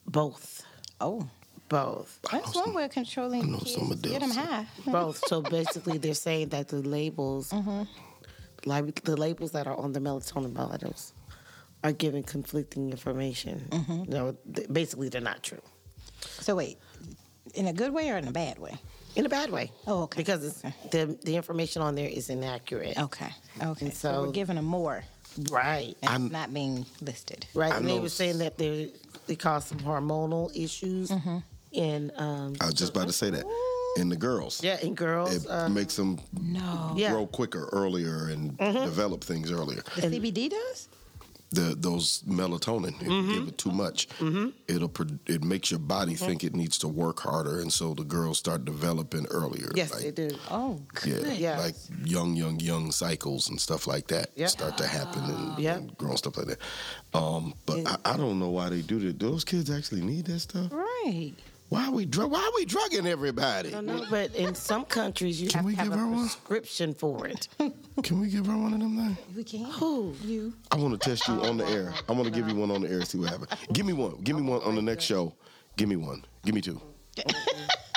S5: Both.
S6: Oh,
S5: Both.
S6: that's one way of controlling
S2: know
S6: kids.
S2: some
S6: Get them
S2: adults.
S6: high.
S5: Both. So basically, they're saying that the labels,
S6: Mm-hmm.
S5: like the labels that are on the melatonin bottles, are giving conflicting information.
S6: Mm-hmm.
S5: No, th- basically, they're not true
S6: So wait, in a good way or in a bad way?
S5: in a bad way.
S6: Oh, okay.
S5: Because it's, the the information on there is inaccurate.
S6: Okay. Okay.
S5: And
S6: So, we're
S5: so-
S6: giving them more,
S5: Right.
S6: and it's not being listed.
S5: Right.
S4: I
S5: and they
S4: know
S5: were saying that they they cause some hormonal issues
S6: Mm-hmm.
S5: in um
S2: I was just about to say that. And the girls.
S5: yeah in girls.
S2: It
S5: Um,
S2: makes them
S6: No.
S5: yeah. Mm-hmm.
S2: grow quicker earlier and develop things earlier.
S6: The CBD does.
S2: The, those melatonin, if
S5: Mm-hmm.
S2: you give it too much, it'll pro- it makes your body think it needs to work harder, and so the girls start developing earlier.
S5: Yes,
S2: like,
S5: they do.
S6: Oh, good.
S2: Yeah,
S5: Yeah.
S2: like young, young, young cycles and stuff like that
S5: Yeah. Ah,
S2: start to happen and,
S5: Yeah.
S2: and grow and stuff like that. Um, but I, I don't know why they do that. Those kids actually need that stuff.
S6: Right.
S2: Why are we drug? Why are we drugging everybody?
S5: I don't know, but in some countries you
S2: Can
S5: have
S2: we
S5: to have
S2: give her
S5: a
S2: one?
S5: prescription for it.
S2: Can we give her one of them things?
S6: We can.
S5: Who?
S6: You.
S2: I want to test you on the air. I want to give you one on the air. See what happens. Give me one. Give me one on the next show. Give me one. Give me two.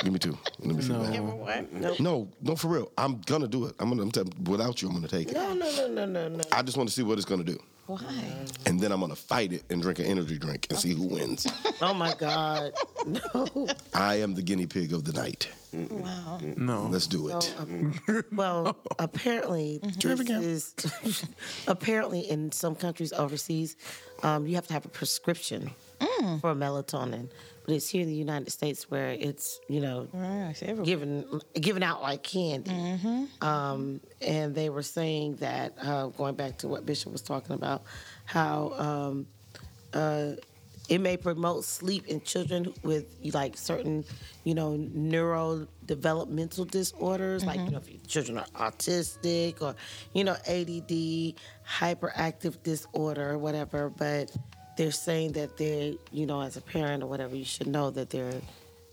S2: Give me two. Let me see what happens.
S5: What? No.
S2: No, no, for real. I'm gonna do it. I'm gonna. I'm t- without you, I'm gonna take it.
S5: No, no, no, no, no, no.
S2: I just want to see what it's gonna do,
S6: Why?
S2: and then I'm gonna fight it and drink an energy drink and see who wins.
S5: Oh my God. No.
S2: I am the guinea pig of the night.
S6: Wow.
S4: No.
S2: Let's do it.
S5: Well, apparently this is apparently in some countries overseas, um, you have to have a prescription for melatonin. But it's here in the United States where it's you know
S6: Right. It's everywhere.
S5: given given out like candy. Um, and they were saying that uh, going back to what Bishop was talking about, how um, uh, it may promote sleep in children with like certain, you know, neurodevelopmental disorders, like you know, if your children are autistic or you know ADD, hyperactive disorder, or whatever. But they're saying that they're, you know, as a parent or whatever, you should know that there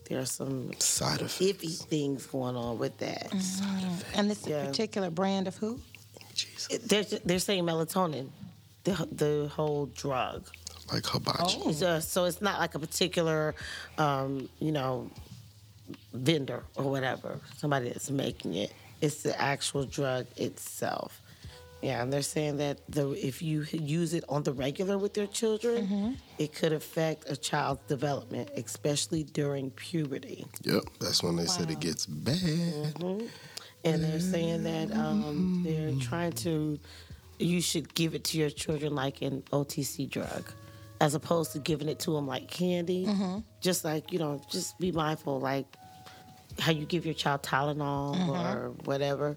S5: there are some
S2: Side effect.
S5: iffy things going on with that.
S6: Mm-hmm. And this
S5: Yeah.
S6: particular brand of who?
S5: It- They're, they're saying melatonin, the, the whole drug.
S2: Like hibachi.
S6: Oh.
S5: So, so it's not like a particular, um, you know, vendor or whatever, somebody that's making it. It's the actual drug itself. Yeah, and they're saying that the, if you use it on the regular with your children, it could affect a child's development, especially during puberty.
S2: Yep. That's when they said it gets bad.
S5: and they're saying that um, they're trying to you should give it to your children like an otc drug as opposed to giving it to them like candy
S6: Mm-hmm.
S5: just like you know just be mindful like how you give your child tylenol
S6: Mm-hmm.
S5: or whatever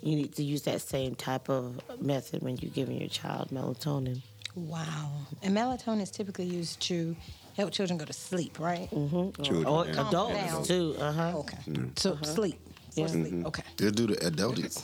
S5: you need to use that same type of method when you're giving your child melatonin
S6: Wow. And melatonin is typically used to help children go to sleep, right?
S5: Mm-hmm. or
S3: Children.
S5: adults
S6: down.
S5: too uh-huh
S6: Okay. So sleep. For
S5: Yeah.
S6: sleep. Okay.
S2: They'll do the adulties.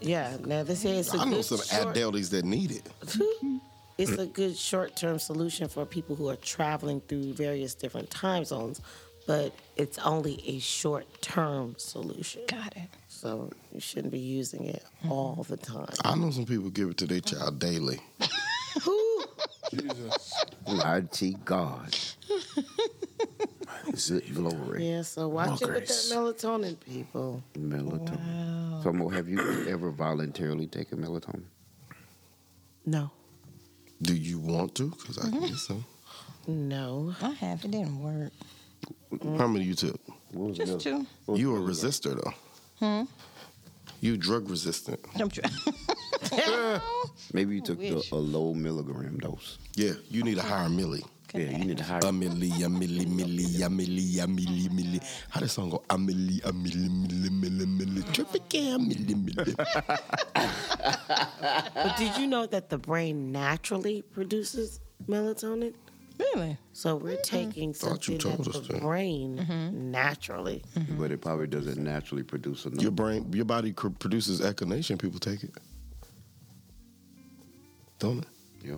S5: yeah now they say it's a
S2: I know
S5: good
S2: some
S5: short-
S2: adulties that need it.
S5: Mm-hmm. It's a good short term solution for people who are traveling through various different time zones, but it's only a short term solution.
S6: Got it. Mm-hmm.
S5: So you shouldn't be using it all the time.
S2: I know some people give it to their child daily.
S3: Mighty God. Good glory.
S5: Yeah, so watch
S4: Oh,
S5: it with
S4: grace.
S5: that melatonin, people.
S3: Melatonin. So, Mo, have you ever voluntarily taken melatonin?
S5: No.
S2: Do you want to? Because I can get some.
S5: No.
S6: I have. It didn't work.
S2: How many you took?
S3: What was
S6: Just
S3: another-
S6: two.
S3: what was
S2: You a
S3: another-
S2: resistor though. You drug resistant.
S6: Don't you?
S3: Maybe you took the,
S6: wish.
S3: a low milligram dose.
S2: Yeah, you need a higher milli.
S3: Yeah, you need to hire.
S2: A milli, a milli, milli, a milli, a milli, milli. How does song go? A milli, a milli, milli, milli, milli. Traffic jam.
S6: Ah.
S5: But did you know that the brain naturally produces melatonin?
S6: Really?
S5: So we're
S6: Mm-hmm.
S5: taking
S2: Thought
S5: something
S2: you
S5: that
S2: told us
S5: the
S2: that.
S5: brain naturally.
S6: Mm.
S3: But it probably doesn't naturally produce enough.
S2: Your brain, your body cr- produces echinacea. People take it, don't it?
S3: Yeah.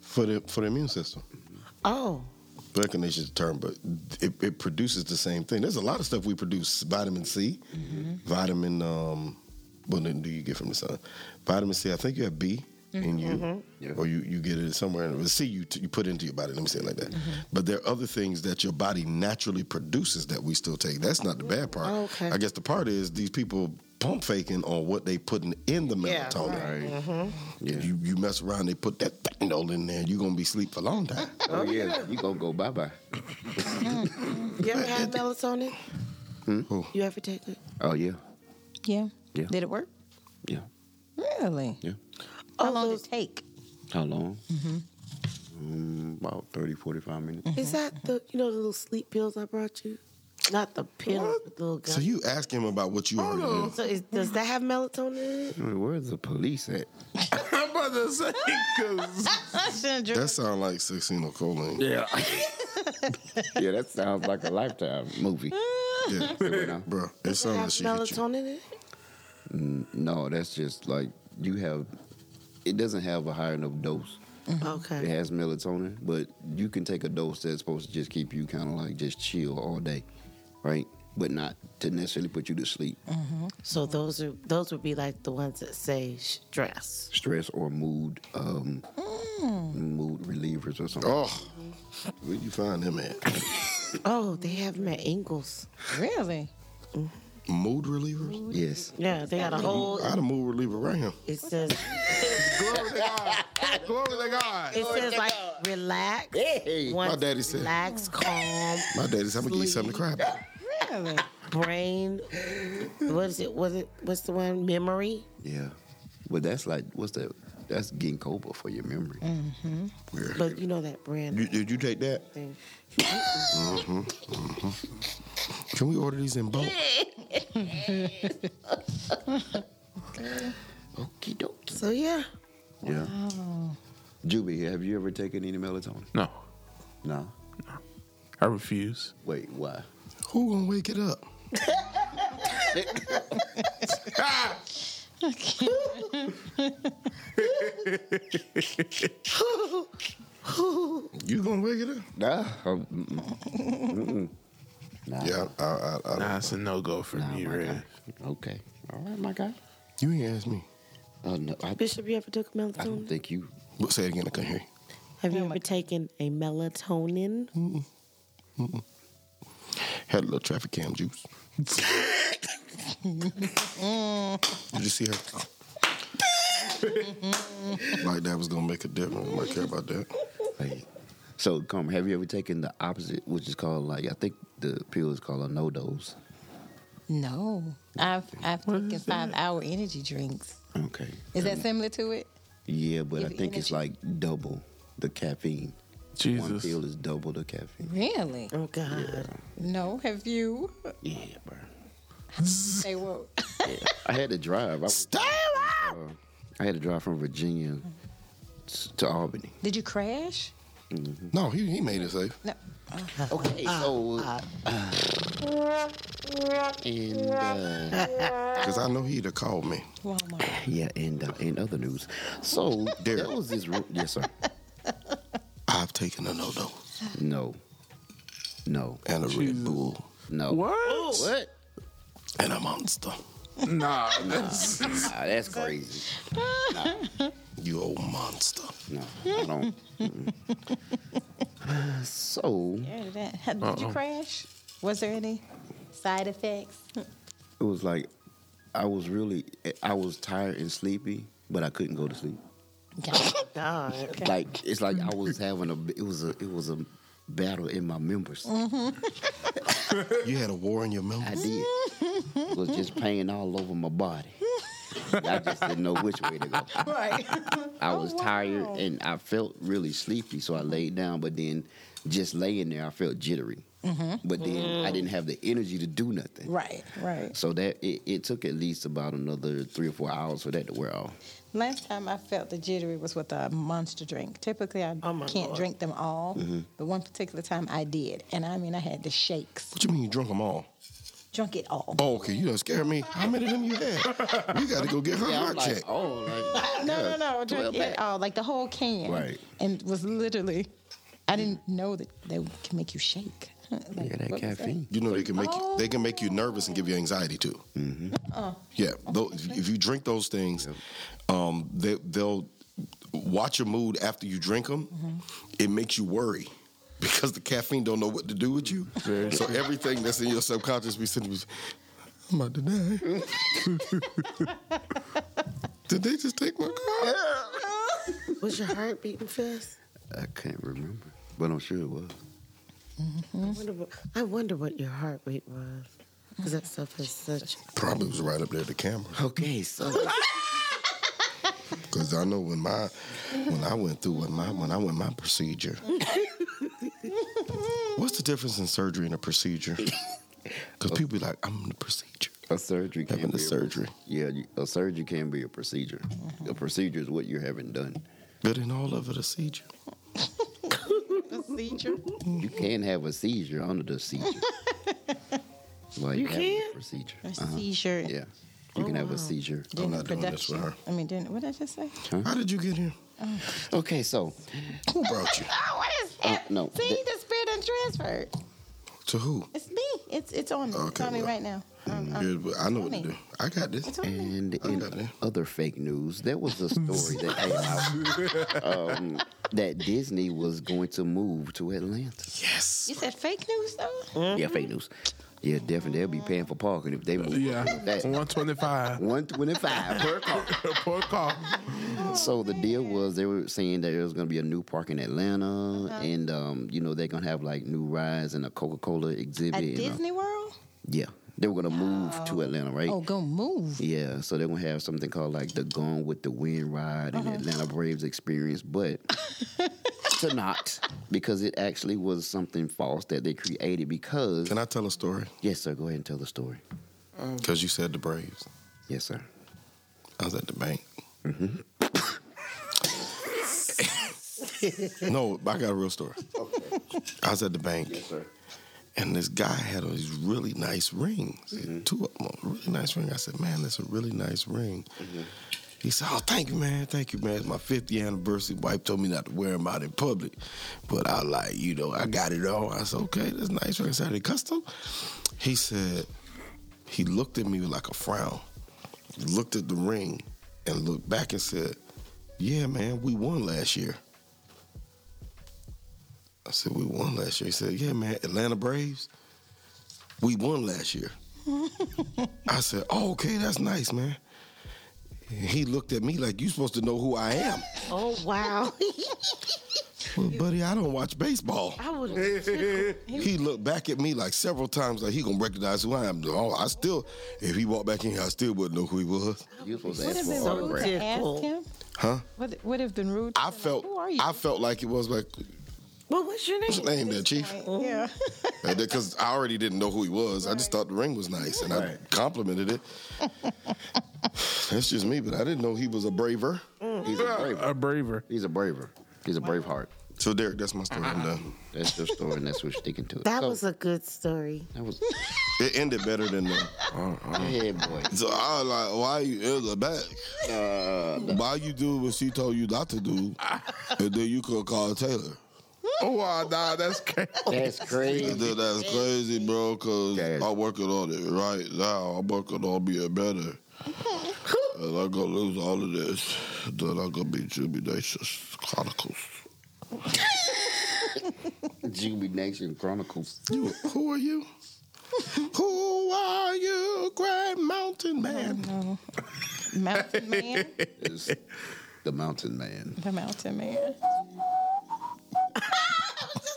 S2: For the for the immune system.
S5: Oh,
S2: Echinacea is a term, but it, it produces the same thing. There's a lot of stuff we produce: vitamin C,
S5: Mm-hmm.
S2: vitamin. Um, what do you get from the sun? Vitamin C. I think you have B in you,
S5: Mm-hmm.
S3: Yeah.
S2: or you, you get it somewhere. And the C you t- you put into your body. Let me say it like that.
S5: Mm-hmm.
S2: But there are other things that your body naturally produces that we still take. That's not the bad part.
S5: Okay.
S2: I guess the part is these people pump faking on what they putting in the
S5: Yeah, Mm-hmm.
S2: melatonin.
S3: Right. Yeah.
S2: You you mess around, they put that fentanyl in there. You're gonna be asleep for a long time.
S3: Oh yeah. You gonna go bye bye.
S5: you ever had melatonin?
S2: Who?
S5: You ever take it?
S3: Oh yeah.
S6: Yeah.
S3: Yeah.
S6: Did it work?
S3: Yeah.
S6: Really?
S3: Yeah.
S6: How
S5: Oh,
S6: long
S5: those-
S6: did it take?
S3: How long? Mm, about 30, 45 minutes.
S5: Is that the you know the little sleep pills I brought you? Not the pills, but the little gum.
S2: So you ask him about what you already knew.
S5: So is, does that have melatonin? in it?
S3: I mean, where's the police at?
S4: I'm about to say because
S2: That sound like 16 choline.
S3: Yeah. yeah, that sounds like a lifetime movie.
S2: Yeah.
S3: You know?
S2: Bro, it
S5: Does it
S2: sound
S5: have
S2: like she hit you.
S5: melatonin in it?
S3: No, that's just like you have. It doesn't have a high enough dose.
S6: Mm-hmm.
S3: It
S5: Okay.
S3: has melatonin, but you can take a dose that's supposed to just keep you kind of like just chill all day, right? But not to necessarily put you to sleep.
S5: So those are those would be like the ones that say stress.
S3: Stress or mood, um, mood relievers or something.
S2: Oh, where you find him at?
S5: Oh, they have them at Ingles.
S6: Really?
S2: Mood relievers?
S3: Yes.
S5: Yeah, they got a whole.
S2: I had a mood reliever right here.
S5: It says
S4: glory to God, glory to God.
S5: it says like relax.
S2: My
S5: Once
S2: daddy said,
S5: relax, calm,
S2: my daddy said, I'm gonna give you something to cry about.
S6: Really?
S5: brain. What is it? Was it? What's the one? Memory.
S3: Yeah. But that's like, what's that? That's ginkgo for your memory.
S2: Weird.
S5: But you know that brand.
S2: You- did you take that?
S5: thing.
S2: Can we order these in bulk?
S3: Okie dokie.
S5: So yeah.
S3: Yeah. Juby, have you ever taken any melatonin?
S4: No,
S3: No.
S4: I refuse.
S3: Wait, why?
S2: Who gonna wake it up? You gonna wake it up?
S3: Nah. um, mm-mm. Mm-mm. nah.
S2: Yeah, I, I, I, I,
S4: Nah, it's a no go for
S3: Nah,
S4: me,
S3: my
S4: Red.
S3: guy. Okay. All right, my guy.
S2: you ain't asked me.
S3: Uh, no, I,
S5: Bishop, you ever took
S3: I don't
S5: melatonin?
S3: think you.
S2: Well, Say it again, I can't hear you.
S5: Have you ever taken a melatonin?
S3: Mm-hmm.
S2: Had a little traffic cam juice. Did you see her? like that was gonna make a difference. I might care about that.
S3: Wait. So, come. Have you ever taken the opposite, which is called like I think the pill is called a no dose.
S6: No. I've I've
S4: What
S6: taken
S4: is that?
S6: five hour energy drinks.
S3: Okay.
S6: Is that similar to it?
S3: Yeah, but I
S6: Give you
S3: think it's like
S6: energy?
S3: double the caffeine. One
S4: Jesus,
S3: pill is double the caffeine.
S6: Really?
S5: Oh God.
S6: No. Have you?
S3: Yeah, bro.
S6: Say what?
S3: I had to drive. I, was- uh, I had to drive from Virginia s- to Albany.
S6: Did you crash?
S2: No, he, he made it safe.
S6: No.
S3: Okay, so
S6: uh,
S3: and uh,
S2: Cause I know he'd have called me.
S6: Walmart.
S3: yeah, and uh, and other news. So there was this. ru- Yes, sir.
S2: I've taken a no dose
S3: No, no,
S2: and a Red Bull
S3: no.
S4: What?
S3: What?
S2: and a monster.
S4: nah, that's,
S3: Nah, that's crazy.
S2: You old monster.
S3: No, I don't. Mm. so
S6: Heard of that. Had- Did you crash? Was there any side effects?
S3: it was like I was really I was tired and sleepy, but I couldn't go to sleep.
S5: God.
S3: Like it's like I was having a it was a it was a battle in my members.
S2: You had a war in your
S3: I
S2: memory.
S3: did. It was just pain all over my body. I just didn't know which way to go.
S6: Right. Oh,
S3: I was tired and I felt really sleepy, so I laid down. But then, just laying there, I felt jittery. But then I didn't have the energy to do nothing.
S6: Mm-hmm. Right, right.
S3: So that it, it took at least about another three or four hours for that to wear off.
S6: Last time I felt the jittery was with a monster drink. Typically, I
S5: Oh, my
S6: can't
S5: Lord.
S6: drink them all, but one particular time I did, and I mean, I had the shakes,
S2: What you mean you drunk them all?
S6: drunk it all.
S2: Oh, okay. You done scared me. How many of them you had? You got to go get her
S3: Yeah, I'm
S2: heart
S3: like,
S2: checked.
S3: oh, like,
S6: No,
S3: yeah,
S6: no, no,
S3: twelve
S6: drink it
S3: pack.
S6: all, like the whole can.
S3: Right.
S6: And was literally, I didn't know that they can make you shake. Like,
S3: Yeah,
S6: what
S3: that
S6: was
S3: caffeine.
S2: You know they can make you, they can make you nervous and give you anxiety too. Mm-hmm. Yeah, tho- if you drink those things, um, they, they'll watch your mood after you drink them. It makes you worry because the caffeine don't know what to do with you. So everything that's in your subconscious be sitting. there, I'm about to die. Did they just take my car?
S5: Was your heart beating fast?
S3: I can't remember, but I'm sure it was. Mm-hmm.
S5: I wonder what, I wonder what your heart rate was. Because that stuff is such.
S2: Probably was right up there at the camera.
S3: Okay, so
S2: Cause I know when my when I went through when my when I went my procedure. what's the difference in surgery and a procedure? Cause people be like, I'm in the procedure.
S3: a surgery can
S2: Having
S3: be
S2: the surgery.
S3: A, yeah, you- a surgery can be a procedure. A procedure is what you haven't done.
S2: But in all of it, a seizure.
S3: You can have a seizure under the seizure. like you can procedure.
S6: that? A
S3: Uh-huh.
S6: seizure.
S3: Yeah, you can have a seizure.
S2: I'm not doing this with her.
S6: I mean, didn't, what did I just say?
S2: How did you get here?
S3: Okay, so
S2: Who brought you?
S6: Oh, what is
S3: Uh,
S6: that?
S3: no,
S6: See,
S3: that-
S6: the spirit and transferred.
S2: To who?
S6: It's me. It's it's on me. it's
S2: Okay,
S6: on me
S2: well.
S6: right now. Um, um,
S2: Yeah, but I know what to
S6: me.
S2: do. I got this.
S6: it's on me.
S3: and in
S2: Okay.
S3: other fake news, there was a story that came out um, that Disney was going to move to Atlanta.
S6: You said fake news though.
S3: Yeah, fake news. Yeah, definitely they'll be paying for parking if they move.
S4: Yeah,
S3: that.
S4: one twenty five
S3: One twenty-five per car.
S4: per car.
S3: So the deal was they were saying that there was going to be a new park in Atlanta, and um, you know they're going to have like new rides and a Coca Cola exhibit.
S6: At
S3: and a-
S6: Disney World.
S3: yeah, they were going to move to Atlanta, right?
S6: Oh, go move.
S3: Yeah, so they're gonna have something called like the Gone with the Wind ride and Atlanta Braves experience, but to not because it actually was something false that they created. Because
S2: Can I tell a story?
S3: yes, sir, go ahead and tell the story.
S2: Cause you said the Braves.
S3: Yes, sir.
S2: I was at the bank. no, I got a real story. I was at the bank. And this guy had on these really nice rings. Two of them, a really nice ring. I said, man, that's a really nice ring. He said, oh, thank you, man. Thank you, man. It's my 50th anniversary. Wife told me not to wear them out in public. But I like, you know, I got it on. I said, okay, that's nice ring. I said, "Are they custom? He said, he looked at me with like a frown looked at the ring and looked back and said, Yeah, man, we won last year. I said, We won last year. He said, Yeah, man, Atlanta Braves, we won last year. I said, Oh, okay, that's nice, man. And he looked at me like, You supposed to know who I am.
S5: Oh, wow.
S2: Well, buddy, I don't watch baseball.
S5: I would.
S2: He looked back at me like several times, like he gonna recognize who I am. Oh, I still, if he walked back in here, I still wouldn't know who he was.
S3: You were supposed to
S6: Would
S3: ask
S6: have
S3: for
S6: been
S3: an
S5: so
S6: rude
S3: autograph.
S6: to ask
S5: difficult.
S6: him.
S2: Huh?
S6: Would would have been rude. to
S2: I
S6: be like,
S2: felt,
S6: Who are you?
S2: I felt like it was like,
S5: Well, what's your
S2: what's
S5: name? Oh.
S2: your name there, chief?
S6: yeah.
S2: because I already didn't know who he was. I just thought the ring was nice, and I complimented it. That's just me, but I didn't know he was a braver.
S6: Mm.
S3: He's a braver.
S4: A braver.
S3: He's a braver. He's a brave heart.
S2: So Derek, that's my story. I'm done.
S3: That's your story, and that's what we're sticking to.
S5: That
S3: So,
S5: was a good story.
S3: that was.
S2: It ended better than the.
S3: Yeah, boy.
S2: So I was like, why you in the back?
S6: Uh,
S2: Why you do what she told you not to do, and then you could call Taylor.
S4: Oh wow, nah, that's crazy.
S3: That's
S2: And
S3: crazy.
S2: then that's crazy, bro. Cause
S3: Yes.
S2: I'm working on it right now. I'm working on being better. and I'm gonna lose all of this. Then I'm gonna be Jubilations Chronicles.
S3: Juby Nation Chronicles.
S2: You, who are you? who are you, great mountain man?
S6: Mountain man.
S3: is the Mountain Man.
S6: The mountain man.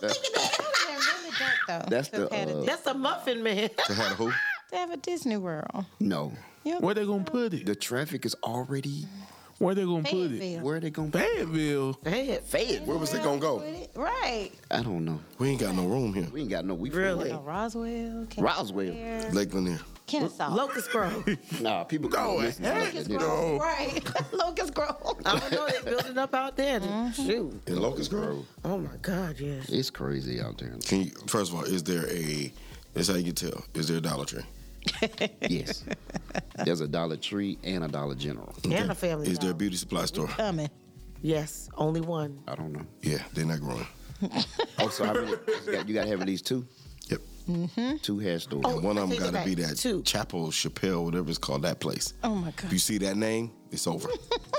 S6: Yeah, really dope, though.
S3: That's
S6: To
S3: the,
S6: have had a
S3: uh,
S6: Dis-
S5: That's a muffin man.
S2: To have who?
S6: to have a Disney World.
S3: No,
S4: Where they gonna put it?
S3: the traffic is already
S4: Where they gonna put it?
S6: Fayetteville.
S3: Where are they gonna put
S4: Fayetteville.
S5: Fayette, Fayette.
S2: Where was they gonna go?
S6: Right.
S3: I don't know.
S2: We ain't got no room here.
S3: We ain't got no. We
S5: Really?
S6: Uh, Roswell. Ken-
S3: Roswell.
S2: Lakeland here.
S6: Kennesaw.
S5: Locust Grove.
S3: Nah, people go. listen to
S6: Locust
S3: that.
S6: Grove. Right. Locust Grove.
S5: I don't know. They building up out there.
S3: Mm-hmm.
S5: Shoot.
S2: In Locust Grove.
S5: Oh my God. Yes.
S3: It's crazy out there.
S2: Can you first of all, is there a that's how you can tell. Is there a Dollar Tree?
S3: Yes. There's a Dollar Tree and a Dollar General.
S5: And a family. Uh,
S2: Is there a
S5: Dollar.
S2: beauty supply store?
S6: Coming.
S5: Yes. Only one.
S3: I don't know.
S2: Yeah, they're not growing.
S3: Oh, so I really, you, got, you got to have at least two,
S2: Yep.
S3: two hair stores.
S2: And one
S5: Oh, I
S2: of them
S5: take it
S2: gotta be
S5: back.
S2: that
S5: Two.
S2: Chapel Chappelle, whatever it's called, that place.
S6: Oh my
S2: If
S6: God.
S2: you see that name, it's over.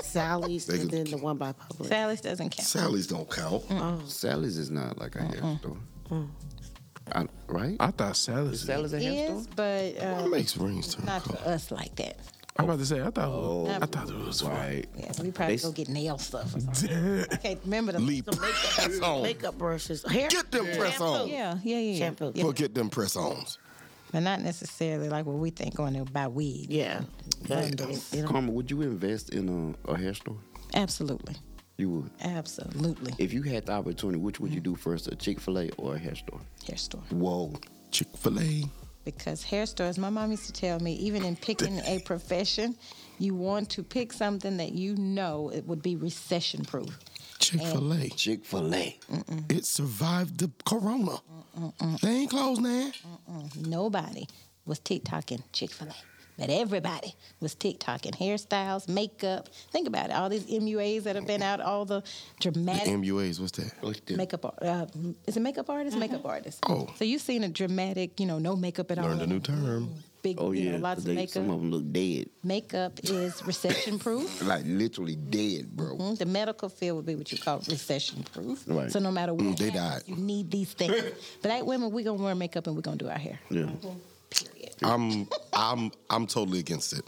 S5: Sally's
S2: They
S5: and
S2: could-
S5: then the one by Oh. Public.
S6: Sally's doesn't count.
S2: Sally's don't count.
S3: Sally's is not like a hair store, I, right?
S4: I thought Sally's.
S3: Sally's a hair store.
S6: Is but
S2: What
S6: uh,
S2: makes rings turn
S6: not
S2: color?
S6: for us like that.
S4: I'm about to say I thought. I thought it was
S3: Right.
S6: Yeah, we probably
S3: They
S6: go
S3: s-
S6: get nail stuff or something. I can't remember the
S2: Leap. Press on.
S5: Makeup brushes. Hair.
S2: Get them press on.
S6: Yeah, yeah, yeah.
S5: Shampoo.
S6: Yeah.
S2: But get them press ons.
S6: But not necessarily like what we think going to buy weed.
S5: Yeah.
S3: Karma, would you invest in a, a hair store?
S6: Absolutely.
S3: You would.
S6: Absolutely.
S3: If you had the opportunity, which would you do first, a Chick Fil A or a hair store?
S6: Hair store.
S3: Whoa.
S2: Chick fil A.
S6: Because hair stores, my mom used to tell me, even in picking a profession, you want to pick something that you know it would be recession proof.
S2: Chick fil A.
S3: Chick Fil A.
S2: It survived the corona. They ain't closed now.
S6: Nobody was TikToking Chick fil A. But everybody was TikToking hairstyles, makeup. Think about it. All these MUAs that have been out, all the dramatic
S2: MUAs, what's that?
S3: What's the-
S6: makeup ar- uh, m- is it makeup artist makeup artist
S2: Oh.
S6: so you've seen a dramatic you know no makeup at all
S2: Learned a new term.
S6: big
S3: Oh
S6: you
S3: yeah,
S6: know, lots of
S3: they-
S6: makeup
S3: some of them look dead,
S6: makeup is recession proof Mm,
S3: like literally dead, bro.
S6: the medical field would be what you call recession proof
S3: Right.
S6: so no matter what
S2: Mm, they
S6: happens,
S2: died.
S6: you need these things but like women we're gonna wear makeup and we're gonna do our hair
S3: Yeah,
S6: period
S2: I'm I'm I'm totally against it.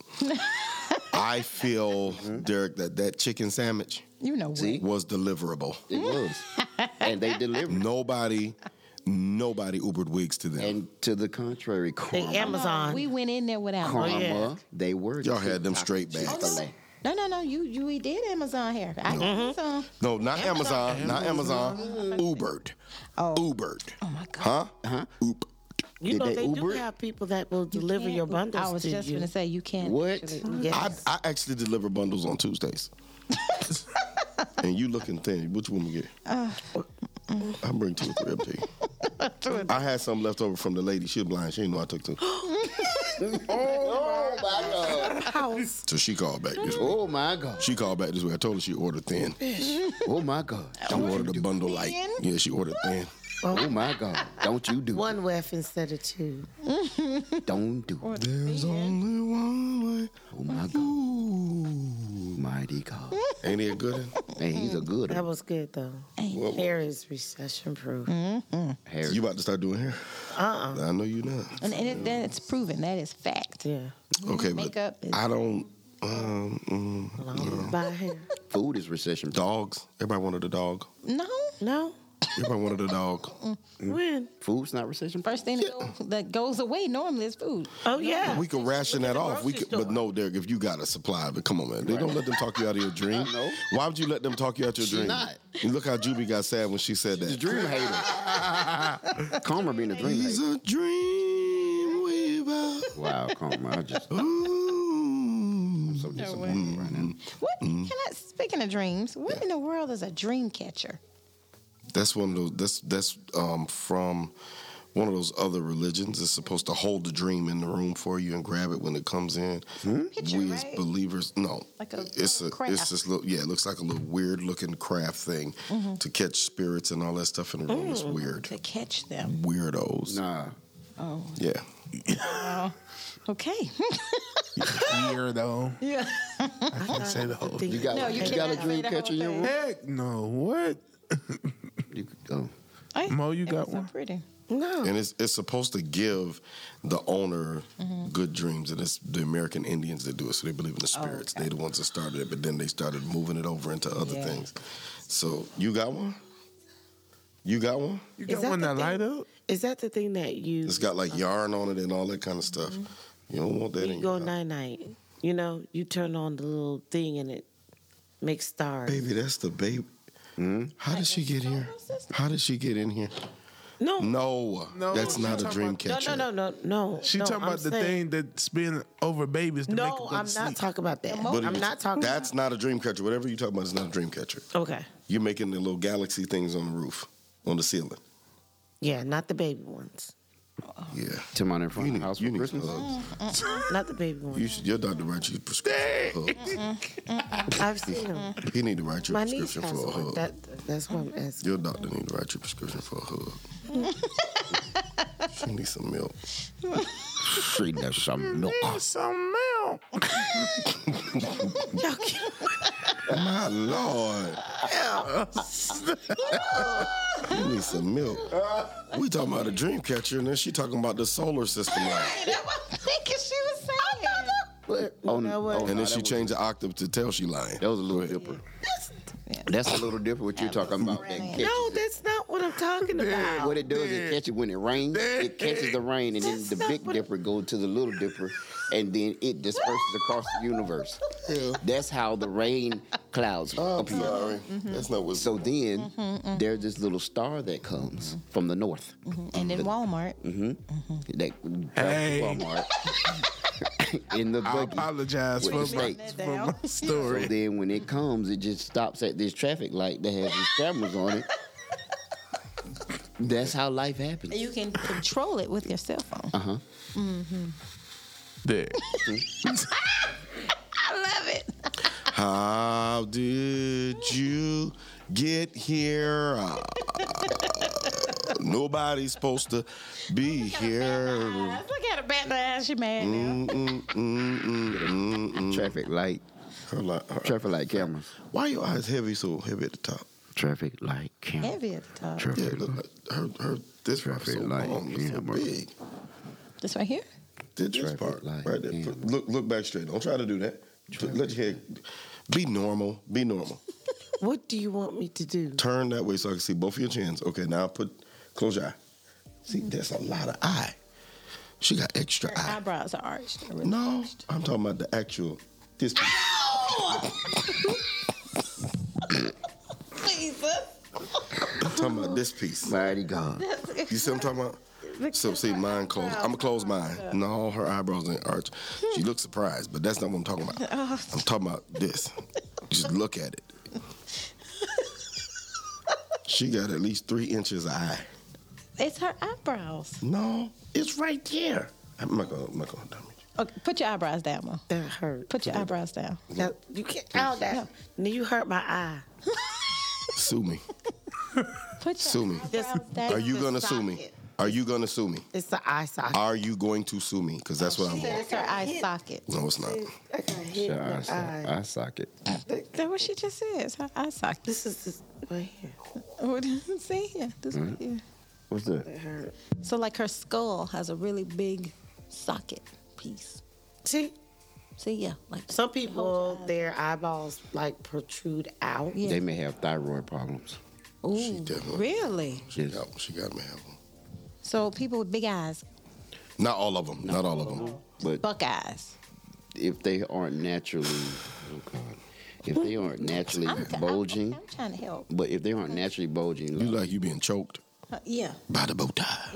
S2: I feel, Derek, that that chicken sandwich
S6: you know
S3: See?
S6: what
S2: was deliverable.
S3: it was, and they delivered.
S2: Nobody, nobody Ubered wigs to them.
S3: And to the contrary,
S5: They
S3: karma,
S5: Amazon.
S6: we went in there without
S3: karma,
S6: no,
S5: yeah.
S3: they were.
S2: Y'all had them straight bags.
S3: Chick-fil-A.
S6: no no you you we did amazon hair i did some
S2: No, not Amazon, not Amazon. Ubered. Ubered.
S6: oh my god
S2: Huh? Huh? Uber.
S5: You
S3: Did
S5: know
S3: they
S5: they, do
S3: Uber it?
S5: have people that will deliver
S6: Can't
S5: your
S6: Uber-
S5: bundles
S6: i was
S5: to
S6: just
S5: you.
S6: gonna say you can't
S3: What?
S6: actually-
S2: I,
S5: Yes.
S2: I actually deliver bundles on Tuesdays. and you looking thin. Which one we get? I bring two or three up to you. I had some left over from the lady. She was blind. She didn't know I took two.
S3: Oh my god!
S2: So she called back this way.
S3: Oh my god!
S2: She called back this way. I told her she ordered thin. She
S3: Oh my god! Don't
S2: ordered
S3: you
S2: a
S3: do?
S2: bundle like. Yeah, she ordered thin.
S3: Oh my god! Don't you do?
S5: One wef instead of two.
S3: it. Don't do. it.
S2: There's only one way.
S3: Oh my god!
S2: Ooh.
S3: Mighty God!
S2: Ain't he a good one?
S3: Man, he's a good
S5: That was good though.
S2: What-
S5: Hair is recession proof.
S6: Mm-hmm.
S3: hair.
S2: You about to start doing hair? Uh-uh. I know you not.
S6: And, and it, that it's proven. That is fact.
S5: Yeah.
S2: Okay, but
S6: Makeup is
S2: I don't. Um, mm,
S5: Long as you buy hair.
S3: Food is recession.
S2: dogs. Everybody wanted a dog.
S6: no.
S5: No.
S2: Everybody wanted a dog.
S3: Mm.
S5: When?
S3: Food's not recession.
S6: First thing that, go, that goes away normally is food.
S5: Oh yeah.
S2: We could ration that off. We could,
S5: grocery
S2: but
S5: store.
S2: no, Derek, if you got a supply, but come on, man, they don't let them talk you out of your dream.
S3: know.
S2: Why would you let them talk you out your dream?
S3: not.
S2: And look how Juby got sad when she said
S3: The
S2: that.
S3: dream hater. Karma being a dream
S2: He's
S3: hater.
S2: a dream weaver.
S3: Wow, Karma. I just
S2: Ooh.
S3: so disappointed right now.
S6: What? Can I, speaking of dreams, what in the world is a dream catcher?
S2: That's one of those. That's that's um, from one of those other religions. It's supposed to hold the dream in the room for you and grab it when it comes in.
S3: Hmm.
S6: Picture,
S2: we as
S6: right?
S2: believers, no,
S6: Like a
S2: it's a
S6: little
S2: it's
S6: craft.
S2: this little yeah. It looks like a little weird looking craft thing
S6: Mm-hmm.
S2: to catch spirits and all that stuff in the room. It's weird.
S6: To catch them.
S2: Weirdos.
S3: Nah.
S2: Yeah.
S6: Okay.
S4: weird though. Yeah, I can't say the whole.
S3: You got,
S6: No,
S3: you
S6: you
S3: got a
S6: cannot
S3: dream
S6: say the
S3: catcher in
S6: whole
S3: your room?
S4: Heck no! What?
S3: You, oh.
S6: Hey,
S4: Mo, you
S6: it
S4: got
S6: was so
S4: one?
S6: pretty.
S5: No.
S2: And it's it's supposed to give the owner
S6: Mm-hmm.
S2: good dreams, and it's the American Indians that do it. So they believe in
S6: Oh,
S2: the spirits. They're the ones that started it, but then they started moving it over into other
S6: Yeah.
S2: things. So you got one? You got one?
S4: You
S5: Is
S4: got
S5: that
S4: one
S5: the
S4: that
S5: thing?
S4: light up?
S5: Is that the thing that you
S2: It's got
S6: Uh-huh.
S2: like yarn on it and all that kind of stuff.
S6: Mm-hmm.
S2: You don't want that
S5: you
S2: in your
S5: go
S2: house.
S5: night night? You know, you turn on the little thing and it make stars.
S2: Baby, that's the baby.
S5: Hmm?
S2: How did she get here? How did she get in here?
S5: No, no,
S2: No,
S4: No,
S2: that's
S4: she
S2: not a
S4: talking
S2: dream
S4: about-
S5: no,
S2: catcher.
S5: no, no, no. no
S4: She talking about the thing that spin over babies to make them
S5: No,
S4: go to
S5: I'm not
S4: sleep.
S5: talking about that.
S2: But
S5: I'm
S2: it-
S5: not talking.
S2: That's not a dream catcher. Whatever you're talking about is not a dream catcher.
S5: okay.
S2: You're making the little galaxy things on the roof, on the ceiling.
S5: Yeah, not the baby ones.
S2: Yeah.
S3: Tim out in front
S2: You
S3: of the
S2: need,
S3: house
S2: you
S3: for
S2: need uh,
S3: Christmas.
S5: Mm.
S2: hugs.
S5: Not the baby
S2: You
S5: ones.
S2: should, your doctor writes you a prescription for a hug.
S5: I've seen them.
S2: He need to write you a
S5: My niece
S2: prescription
S5: has
S2: for uh, a
S5: one.
S2: hug.
S5: That, that's what I'm asking.
S2: Your doctor need to write you a prescription for a hug. she needs some milk.
S3: She needs some milk.
S4: Mm-hmm. Some milk.
S2: My lord. you need some milk. We talking about a dream catcher, and then she talking about the solar system light.
S6: That's what I'm thinking she was saying.
S3: But on,
S5: know what?
S2: And
S3: on-
S2: then
S3: Oh, that
S2: she
S3: was-
S2: changed the octave to tell she lying.
S3: That was a little dipper. That's a little different what you're talking about. That
S6: right.
S3: catches
S5: No,
S3: it.
S5: that's not what I'm talking about.
S3: What it does is catch it when it rains. It catches the rain, and then
S5: That's
S3: the
S5: not
S3: big
S5: what-
S3: dipper goes to the little dipper, and then it disperses across the universe. That's how the rain clouds appear.
S2: Sorry. That's not what's
S3: So then there's this little star that comes from the north
S6: And in Walmart,
S3: that travels to
S4: Hey.
S3: Walmart in the
S4: I
S3: buggy.
S4: apologize
S3: With
S4: for
S3: the
S4: my,
S3: snake.
S4: for my
S3: So
S4: story.
S3: then when it comes, it just stops at this traffic light that has these cameras on it. That's how life happens.
S6: you can control it with your cell phone.
S4: There.
S6: I love it.
S2: How did you get here? Uh, nobody's supposed to be here.
S6: Look at her batting her ass. She mad now.
S2: Mm-hmm.
S3: Traffic light,
S2: Her li- her-
S3: traffic light cameras,
S2: Why your eyes heavy so heavy at the top?
S3: traffic light cameras.
S6: Heavy at the top.
S2: Yeah,
S3: Traffic
S2: look,
S3: light.
S2: like her, her this part
S3: Traffic
S2: so
S3: light
S2: long, it's so
S3: camera.
S2: big.
S6: This right here.
S2: Did this
S3: Traffic
S2: part
S3: light
S2: right there.
S3: camera.
S2: Put- Look, look back straight. Don't try to do that. Put- Let your head be normal. Be normal.
S5: What do you want me to do?
S2: Turn that way so I can see both of your chins. Okay, now put close your eye. See,
S3: Mm-hmm.
S2: that's a lot of eye. She got extra
S6: Her
S2: eye.
S6: eyebrows are arched. They're really
S2: No,
S6: arched.
S2: I'm talking about the actual. This piece. I'm talking about this piece.
S3: Mighty God.
S2: You see what I'm talking about? So see, mine closed. I'm gonna close mine. No, her eyebrows ain't arched. She looks surprised, but that's not what I'm talking about. I'm talking about this. Just look at it. She got at least three inches of eye.
S6: It's her eyebrows.
S2: No, it's right there. I'm not gonna, I'm not gonna damage. you.
S6: Okay, put your eyebrows down, Mom.
S5: That hurt.
S6: Put your eyebrows down.
S5: That, you can't. Ow, that. No, you hurt my eye.
S2: Sue me.
S6: Put your
S2: Sue me.
S5: This,
S6: eyebrows down.
S2: Are you
S5: the
S2: gonna sue me?
S5: socket.
S2: Are you gonna sue me?
S5: It's the eye socket.
S2: Are you going to sue me? Because that's what I'm.
S6: Said
S2: going.
S6: it's her eye socket.
S2: No, it's not.
S5: I got hit in
S3: Eye,
S5: the
S3: socket.
S5: eye.
S3: eye socket.
S6: That's what she just said. It's her eye socket.
S5: This is this right here.
S6: See here. This right here.
S3: What's that?
S5: It hurt.
S6: So like her skull has a really big socket piece.
S5: See,
S6: See, yeah, like that.
S5: some people their eyeballs like protrude out.
S6: Yeah.
S3: They may have thyroid problems.
S6: Ooh,
S2: She definitely-
S6: really?
S2: She
S3: Yes.
S2: got, she got me have one.
S6: So people with big eyes,
S2: Not all of them. Not all of them.
S3: But
S6: buck eyes.
S3: if they aren't naturally, oh God, if they aren't naturally
S6: I'm, t-
S3: bulging,
S6: I'm, okay, I'm trying to help.
S3: but if they aren't naturally bulging,
S2: You like you being choked
S6: Uh, yeah.
S2: by the bow tie.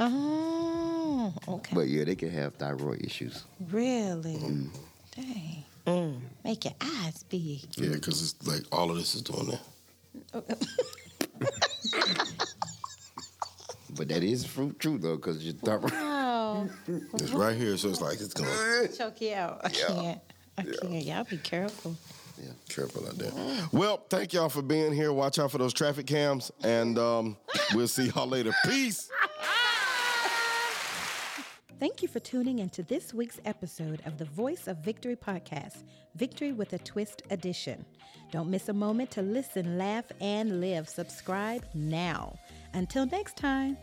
S6: Oh, okay.
S3: but yeah, they could have thyroid issues.
S6: Really? Dang. Make your eyes big.
S2: Yeah, because it's like all of this is doing that.
S3: But that is fruit true though, because your thyroid.
S6: Oh,
S2: It's right here, so it's like it's going
S6: choke you out. I can't. I can't. Y'all be careful.
S2: careful out there.
S6: Uh-huh.
S2: Well, thank y'all for being here. Watch out for those traffic cams, and um, we'll see y'all later. Peace.
S1: Thank you for tuning into this week's episode of the Voice of Victory podcast, Victory with a Twist edition. Don't miss a moment to listen, laugh, and live. Subscribe now. Until next time.